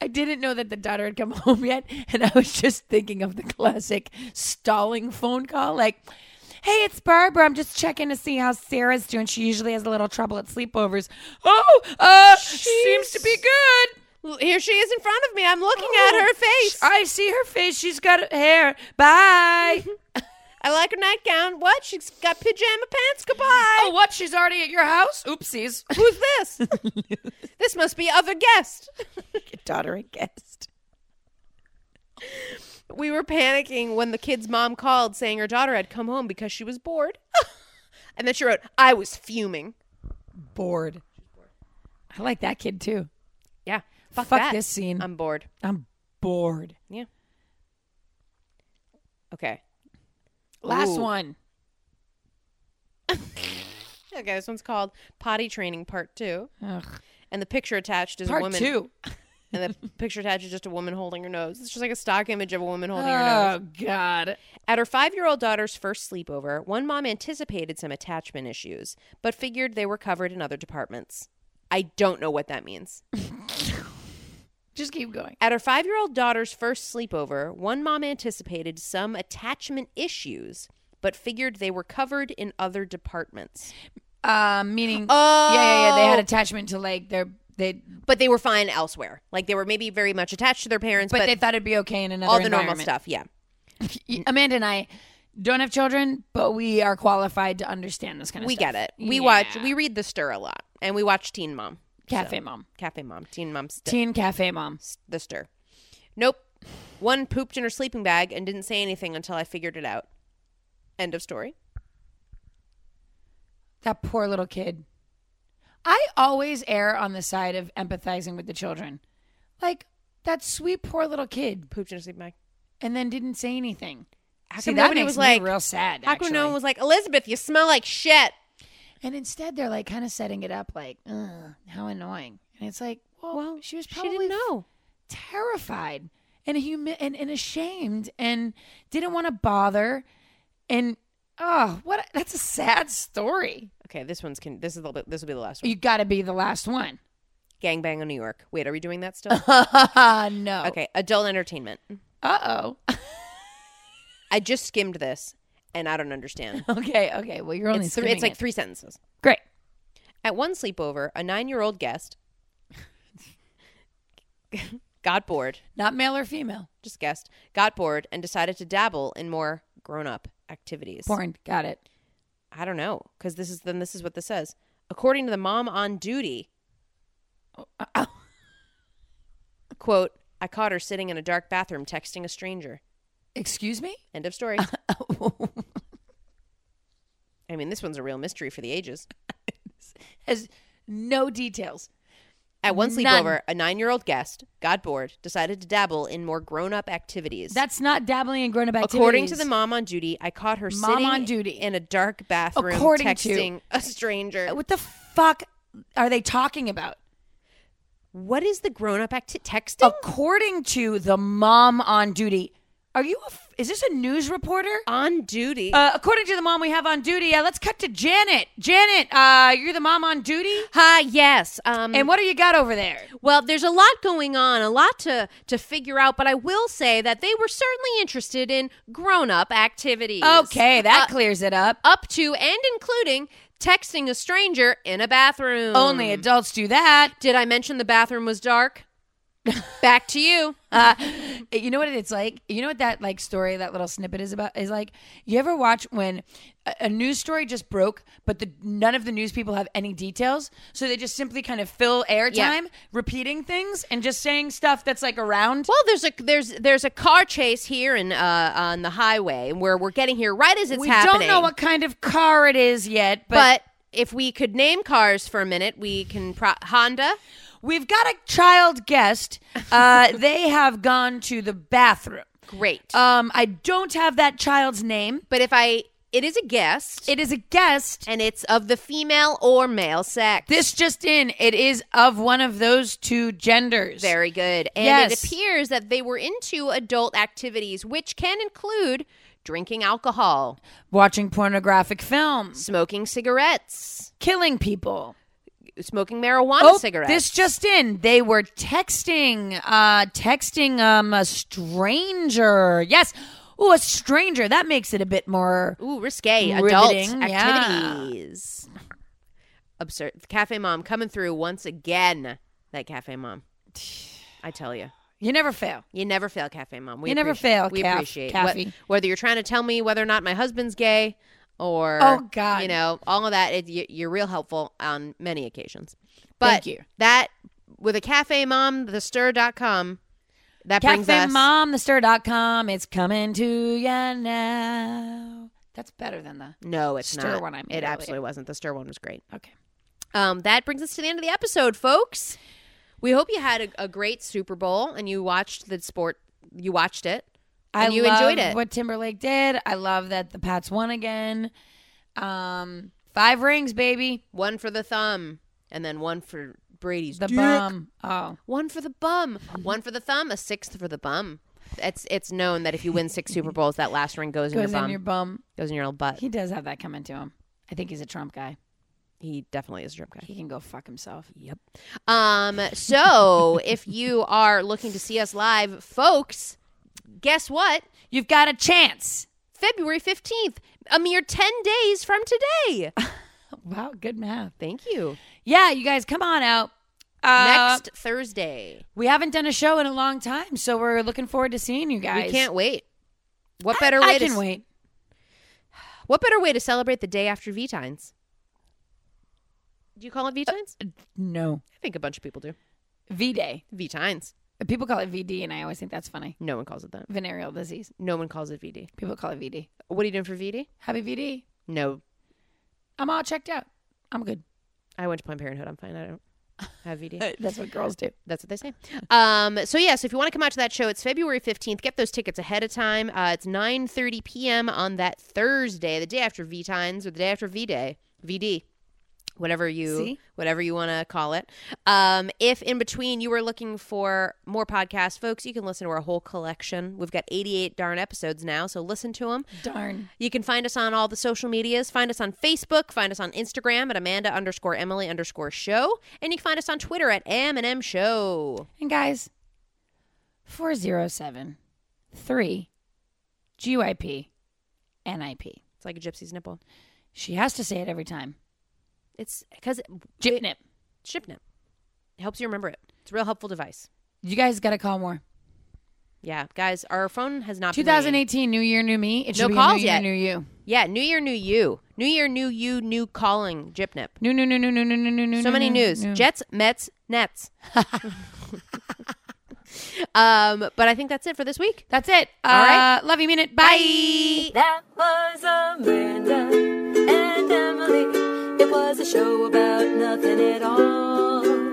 [SPEAKER 3] I didn't know that the daughter had come home yet, and I was just thinking of the classic stalling phone call like, Hey, it's Barbara. I'm just checking to see how Sarah's doing. She usually has a little trouble at sleepovers. Oh, uh, seems to be good.
[SPEAKER 2] Here she is in front of me. I'm looking at her face.
[SPEAKER 3] I see her face. She's got hair. Bye.
[SPEAKER 2] I like her nightgown. What? She's got pajama pants. Goodbye.
[SPEAKER 3] oh, what? She's already at your house? Oopsies.
[SPEAKER 2] Who's this? this must be other guest.
[SPEAKER 3] daughter and guest.
[SPEAKER 2] We were panicking when the kid's mom called saying her daughter had come home because she was bored. and then she wrote, I was fuming.
[SPEAKER 3] Bored. I like that kid too.
[SPEAKER 2] Yeah.
[SPEAKER 3] Fuck,
[SPEAKER 2] that.
[SPEAKER 3] this scene. I'm,
[SPEAKER 2] I'm bored.
[SPEAKER 3] bored.
[SPEAKER 2] Okay.
[SPEAKER 3] Last
[SPEAKER 2] Ooh.
[SPEAKER 3] one.
[SPEAKER 2] Okay, this one's called Potty Training Part 2.
[SPEAKER 3] Ugh.
[SPEAKER 2] And the picture attached is a
[SPEAKER 3] Part
[SPEAKER 2] woman.
[SPEAKER 3] two.
[SPEAKER 2] And the picture attached is just a woman holding her nose. It's just like a stock image of a woman holding her nose.
[SPEAKER 3] Oh God.
[SPEAKER 2] At her five year old daughter's first sleepover, one mom anticipated some attachment issues, but figured they were covered in other departments. I don't know what that means.
[SPEAKER 3] Just keep going.
[SPEAKER 2] At her five year old daughter's first sleepover, one mom anticipated some attachment issues, but figured they were covered in other departments.
[SPEAKER 3] Um, meaning.
[SPEAKER 2] Oh,
[SPEAKER 3] Yeah, yeah, yeah. They had attachment to like their they,
[SPEAKER 2] but they were fine elsewhere. Like they were maybe very much attached to their parents,
[SPEAKER 3] but,
[SPEAKER 2] but,
[SPEAKER 3] they thought it'd be okay in another
[SPEAKER 2] all the normal
[SPEAKER 3] environment.
[SPEAKER 2] stuff. Yeah.
[SPEAKER 3] Y- Amanda and I don't have children, but we are qualified to understand this kind of
[SPEAKER 2] We
[SPEAKER 3] stuff.
[SPEAKER 2] get it. We watch, we read The Stir a lot, and we watch Teen Mom,
[SPEAKER 3] Cafe mom.
[SPEAKER 2] Cafe Mom, Teen Mom, St-
[SPEAKER 3] Teen cafe mom.
[SPEAKER 2] The Stir. Nope. One pooped in her sleeping bag and didn't say anything until I figured it out. End of story.
[SPEAKER 3] That poor little kid. I always err on the side of empathizing with the children. Like that sweet poor little kid
[SPEAKER 2] Pooped in her sleeping bag.
[SPEAKER 3] and then didn't say anything.
[SPEAKER 2] How
[SPEAKER 3] See,
[SPEAKER 2] come
[SPEAKER 3] that
[SPEAKER 2] nobody
[SPEAKER 3] makes
[SPEAKER 2] was
[SPEAKER 3] me
[SPEAKER 2] like,
[SPEAKER 3] real sad.
[SPEAKER 2] how come no
[SPEAKER 3] actually.
[SPEAKER 2] one was like, Elizabeth, you smell like shit?
[SPEAKER 3] And instead, they're like kind of setting it up, like, Ugh, how annoying. And it's like, well, she was
[SPEAKER 2] She
[SPEAKER 3] probably
[SPEAKER 2] didn't know.
[SPEAKER 3] terrified and humi- and, and ashamed and didn't want to bother. And oh, what? a- That's a sad story.
[SPEAKER 2] Okay, this one's can. This is the, this will be the last one.
[SPEAKER 3] You got to be the last one.
[SPEAKER 2] Gangbang in New York. Wait, are we doing that still?
[SPEAKER 3] no.
[SPEAKER 2] okay, adult entertainment.
[SPEAKER 3] Uh oh.
[SPEAKER 2] I just skimmed this, and I don't understand.
[SPEAKER 3] okay. Okay. Well, you're only
[SPEAKER 2] It's, three, it's like
[SPEAKER 3] three-
[SPEAKER 2] three sentences.
[SPEAKER 3] great.
[SPEAKER 2] At one sleepover, a nine-year-old guest got bored.
[SPEAKER 3] Not male or female.
[SPEAKER 2] Just guessed. Got bored and decided to dabble in more grown-up activities.
[SPEAKER 3] Porn. Got it.
[SPEAKER 2] I don't know because this is then this is what this says. According to the mom on duty,
[SPEAKER 3] Uh,
[SPEAKER 2] quote, I caught her sitting in a dark bathroom texting a stranger.
[SPEAKER 3] Excuse me.
[SPEAKER 2] End of story. I mean, this one's a real mystery for the ages.
[SPEAKER 3] Has no details.
[SPEAKER 2] At one
[SPEAKER 3] None.
[SPEAKER 2] sleepover, a nine-year-old guest got bored, decided to dabble in more grown-up activities.
[SPEAKER 3] That's not dabbling in grown up activities.
[SPEAKER 2] According to the mom on duty, I caught her
[SPEAKER 3] Mom
[SPEAKER 2] sitting
[SPEAKER 3] on duty.
[SPEAKER 2] in a dark bathroom
[SPEAKER 3] According to-
[SPEAKER 2] texting a stranger.
[SPEAKER 3] what the fuck are they talking about?
[SPEAKER 2] What is the grown-up acti- texting?
[SPEAKER 3] According to the mom on duty, are you? A, f- is this a news reporter?
[SPEAKER 2] on duty.
[SPEAKER 3] Uh, according to the mom we have on duty, uh, let's cut to Janet. Janet, uh, you're the mom on duty,
[SPEAKER 2] Hi, yes. Um,
[SPEAKER 3] and what do you got over there?
[SPEAKER 2] well, there's a lot going on, a lot to to figure out, but I will say that they were certainly interested in grown-up activities.
[SPEAKER 3] Okay, that clears it up.
[SPEAKER 2] Up to and including texting a stranger in a bathroom.
[SPEAKER 3] Only adults do that.
[SPEAKER 2] Did I mention the bathroom was dark? Back to you.
[SPEAKER 3] Uh, you know what it's like? You know what that like story, that little snippet is about? Is like, you ever watch when a, a news story just broke, but the none of the news people have any details, so they just simply kind of fill airtime, repeating things and just saying stuff that's like around.
[SPEAKER 2] Well, there's a there's there's a car chase here in uh, on the highway where we're getting here right as it's
[SPEAKER 3] we
[SPEAKER 2] happening.
[SPEAKER 3] don't know what kind of car it is yet, but,
[SPEAKER 2] but if we could name cars for a minute, we can pro- Honda.
[SPEAKER 3] we've got a child guest. Uh, they have gone to the bathroom.
[SPEAKER 2] Great.
[SPEAKER 3] Um, I don't have that child's name.
[SPEAKER 2] uh, but if I it is a guest
[SPEAKER 3] It is a guest.
[SPEAKER 2] and it's of the female or male sex.
[SPEAKER 3] This just in, it is of one of those two genders.
[SPEAKER 2] very good. And
[SPEAKER 3] Yes.
[SPEAKER 2] it appears that they were into adult activities which can include drinking alcohol,
[SPEAKER 3] Watching pornographic films,
[SPEAKER 2] smoking cigarettes,
[SPEAKER 3] killing people.
[SPEAKER 2] smoking marijuana cigarettes.
[SPEAKER 3] Oh, this just in. They were texting, uh, texting um a stranger. Yes. Ooh, a stranger. That makes it a bit more
[SPEAKER 2] Ooh, risque. Adult
[SPEAKER 3] Riveting, yeah.
[SPEAKER 2] activities. Absurd. Cafe Mom coming through once again. That Cafe Mom. I tell you.
[SPEAKER 3] you never fail.
[SPEAKER 2] You never fail, Cafe Mom. We
[SPEAKER 3] You never
[SPEAKER 2] appreciate-
[SPEAKER 3] fail,
[SPEAKER 2] We
[SPEAKER 3] Caf-
[SPEAKER 2] appreciate
[SPEAKER 3] Cafe.
[SPEAKER 2] what- whether you're trying to tell me whether or not my husband's gay or,
[SPEAKER 3] Oh, God.
[SPEAKER 2] you know, all of that. It, you, you're real helpful on many occasions. But
[SPEAKER 3] Thank you. that
[SPEAKER 2] that, with a Cafe Mom, thestir.com, that brings
[SPEAKER 3] Cafe
[SPEAKER 2] us.
[SPEAKER 3] Mom the stir.com, it's coming to ya now. That's better than the
[SPEAKER 2] no, it's
[SPEAKER 3] Stir
[SPEAKER 2] not.
[SPEAKER 3] one I made
[SPEAKER 2] it
[SPEAKER 3] earlier.
[SPEAKER 2] absolutely wasn't. The stir one was great.
[SPEAKER 3] Okay.
[SPEAKER 2] Um, that brings us to the end of the episode, folks. We hope you had a, a great Super Bowl and you watched the sport. You watched it.
[SPEAKER 3] I
[SPEAKER 2] And you enjoyed
[SPEAKER 3] loved
[SPEAKER 2] it.
[SPEAKER 3] What Timberlake did. I love that the Pats won again. Um, five rings, baby.
[SPEAKER 2] One for the thumb, and then one for Brady's
[SPEAKER 3] The
[SPEAKER 2] dick.
[SPEAKER 3] bum. Oh,
[SPEAKER 2] One for the bum. One for the thumb. A sixth for the bum. It's it's known that if you win six Super Bowls, that last ring goes, in your
[SPEAKER 3] goes
[SPEAKER 2] bum.
[SPEAKER 3] in your bum.
[SPEAKER 2] goes in your little butt.
[SPEAKER 3] He does have that coming to him. I think he's a Trump guy.
[SPEAKER 2] He definitely is a drip guy.
[SPEAKER 3] He can go fuck himself. Yep.
[SPEAKER 2] Um, so if you are looking to see us live, folks, guess what?
[SPEAKER 3] You've got a chance.
[SPEAKER 2] February 15th, a mere 10 days from today.
[SPEAKER 3] Wow, good math.
[SPEAKER 2] Thank you.
[SPEAKER 3] Yeah, you guys, come on out. Uh,
[SPEAKER 2] Next Thursday.
[SPEAKER 3] we haven't done a show in a long time, so we're looking forward to seeing you guys.
[SPEAKER 2] We can't wait. What better way
[SPEAKER 3] I
[SPEAKER 2] to
[SPEAKER 3] can wait.
[SPEAKER 2] What better way to celebrate the day after Vtines? Do you call it Vtines?
[SPEAKER 3] Uh, No.
[SPEAKER 2] I think a bunch of people do.
[SPEAKER 3] V Day.
[SPEAKER 2] Vtines.
[SPEAKER 3] People call it VD, and I always think that's funny.
[SPEAKER 2] No one calls it that.
[SPEAKER 3] Venereal disease.
[SPEAKER 2] No one calls it VD.
[SPEAKER 3] People call it VD.
[SPEAKER 2] What are you doing for VD?
[SPEAKER 3] Happy VD.
[SPEAKER 2] No.
[SPEAKER 3] I'm all checked out. I'm good.
[SPEAKER 2] I went to Planned Parenthood. I'm fine. I don't have VD.
[SPEAKER 3] That's what girls do.
[SPEAKER 2] That's what they say. Um, so yeah, so if you want to come out to that show, it's February fifteenth. Get those tickets ahead of time. Uh, it's nine thirty p.m. on that Thursday, the day after V Times or the day after V Day, VD, whatever you
[SPEAKER 3] See?
[SPEAKER 2] whatever you want to call it. Um, if in between you were looking for more podcasts, folks, you can listen to our whole collection. We've got eighty eight darn episodes now, so listen to them.
[SPEAKER 3] Darn.
[SPEAKER 2] You can find us on all the social medias. Find us on Facebook. Find us on Instagram at Amanda underscore Emily underscore Show, and you can find us on Twitter at M and M Show.
[SPEAKER 3] And guys, 407 3 GYP NIP.
[SPEAKER 2] It's like a gypsy's nipple.
[SPEAKER 3] She has to say it every time.
[SPEAKER 2] It's because
[SPEAKER 3] Gypnip.
[SPEAKER 2] Shipnip it helps you remember it. It's a real helpful device.
[SPEAKER 3] You guys got to call more.
[SPEAKER 2] Yeah, guys, our phone has not. been ringing.
[SPEAKER 3] 2018, new year, new me. It should
[SPEAKER 2] No
[SPEAKER 3] be
[SPEAKER 2] calls
[SPEAKER 3] new year,
[SPEAKER 2] yet.
[SPEAKER 3] new you.
[SPEAKER 2] Yeah, New Year, New You. New Year, New You, New Calling. Gypnip.
[SPEAKER 3] New, new, new, new, new, new, new, new, new.
[SPEAKER 2] So many
[SPEAKER 3] new,
[SPEAKER 2] news.
[SPEAKER 3] new.
[SPEAKER 2] Jets, Mets, Nets. um, but I think that's it for this week.
[SPEAKER 3] That's it.
[SPEAKER 2] All right.
[SPEAKER 3] Uh, Love you, minute. Bye.
[SPEAKER 1] That was Amanda and Emily. It was a show about nothing at all.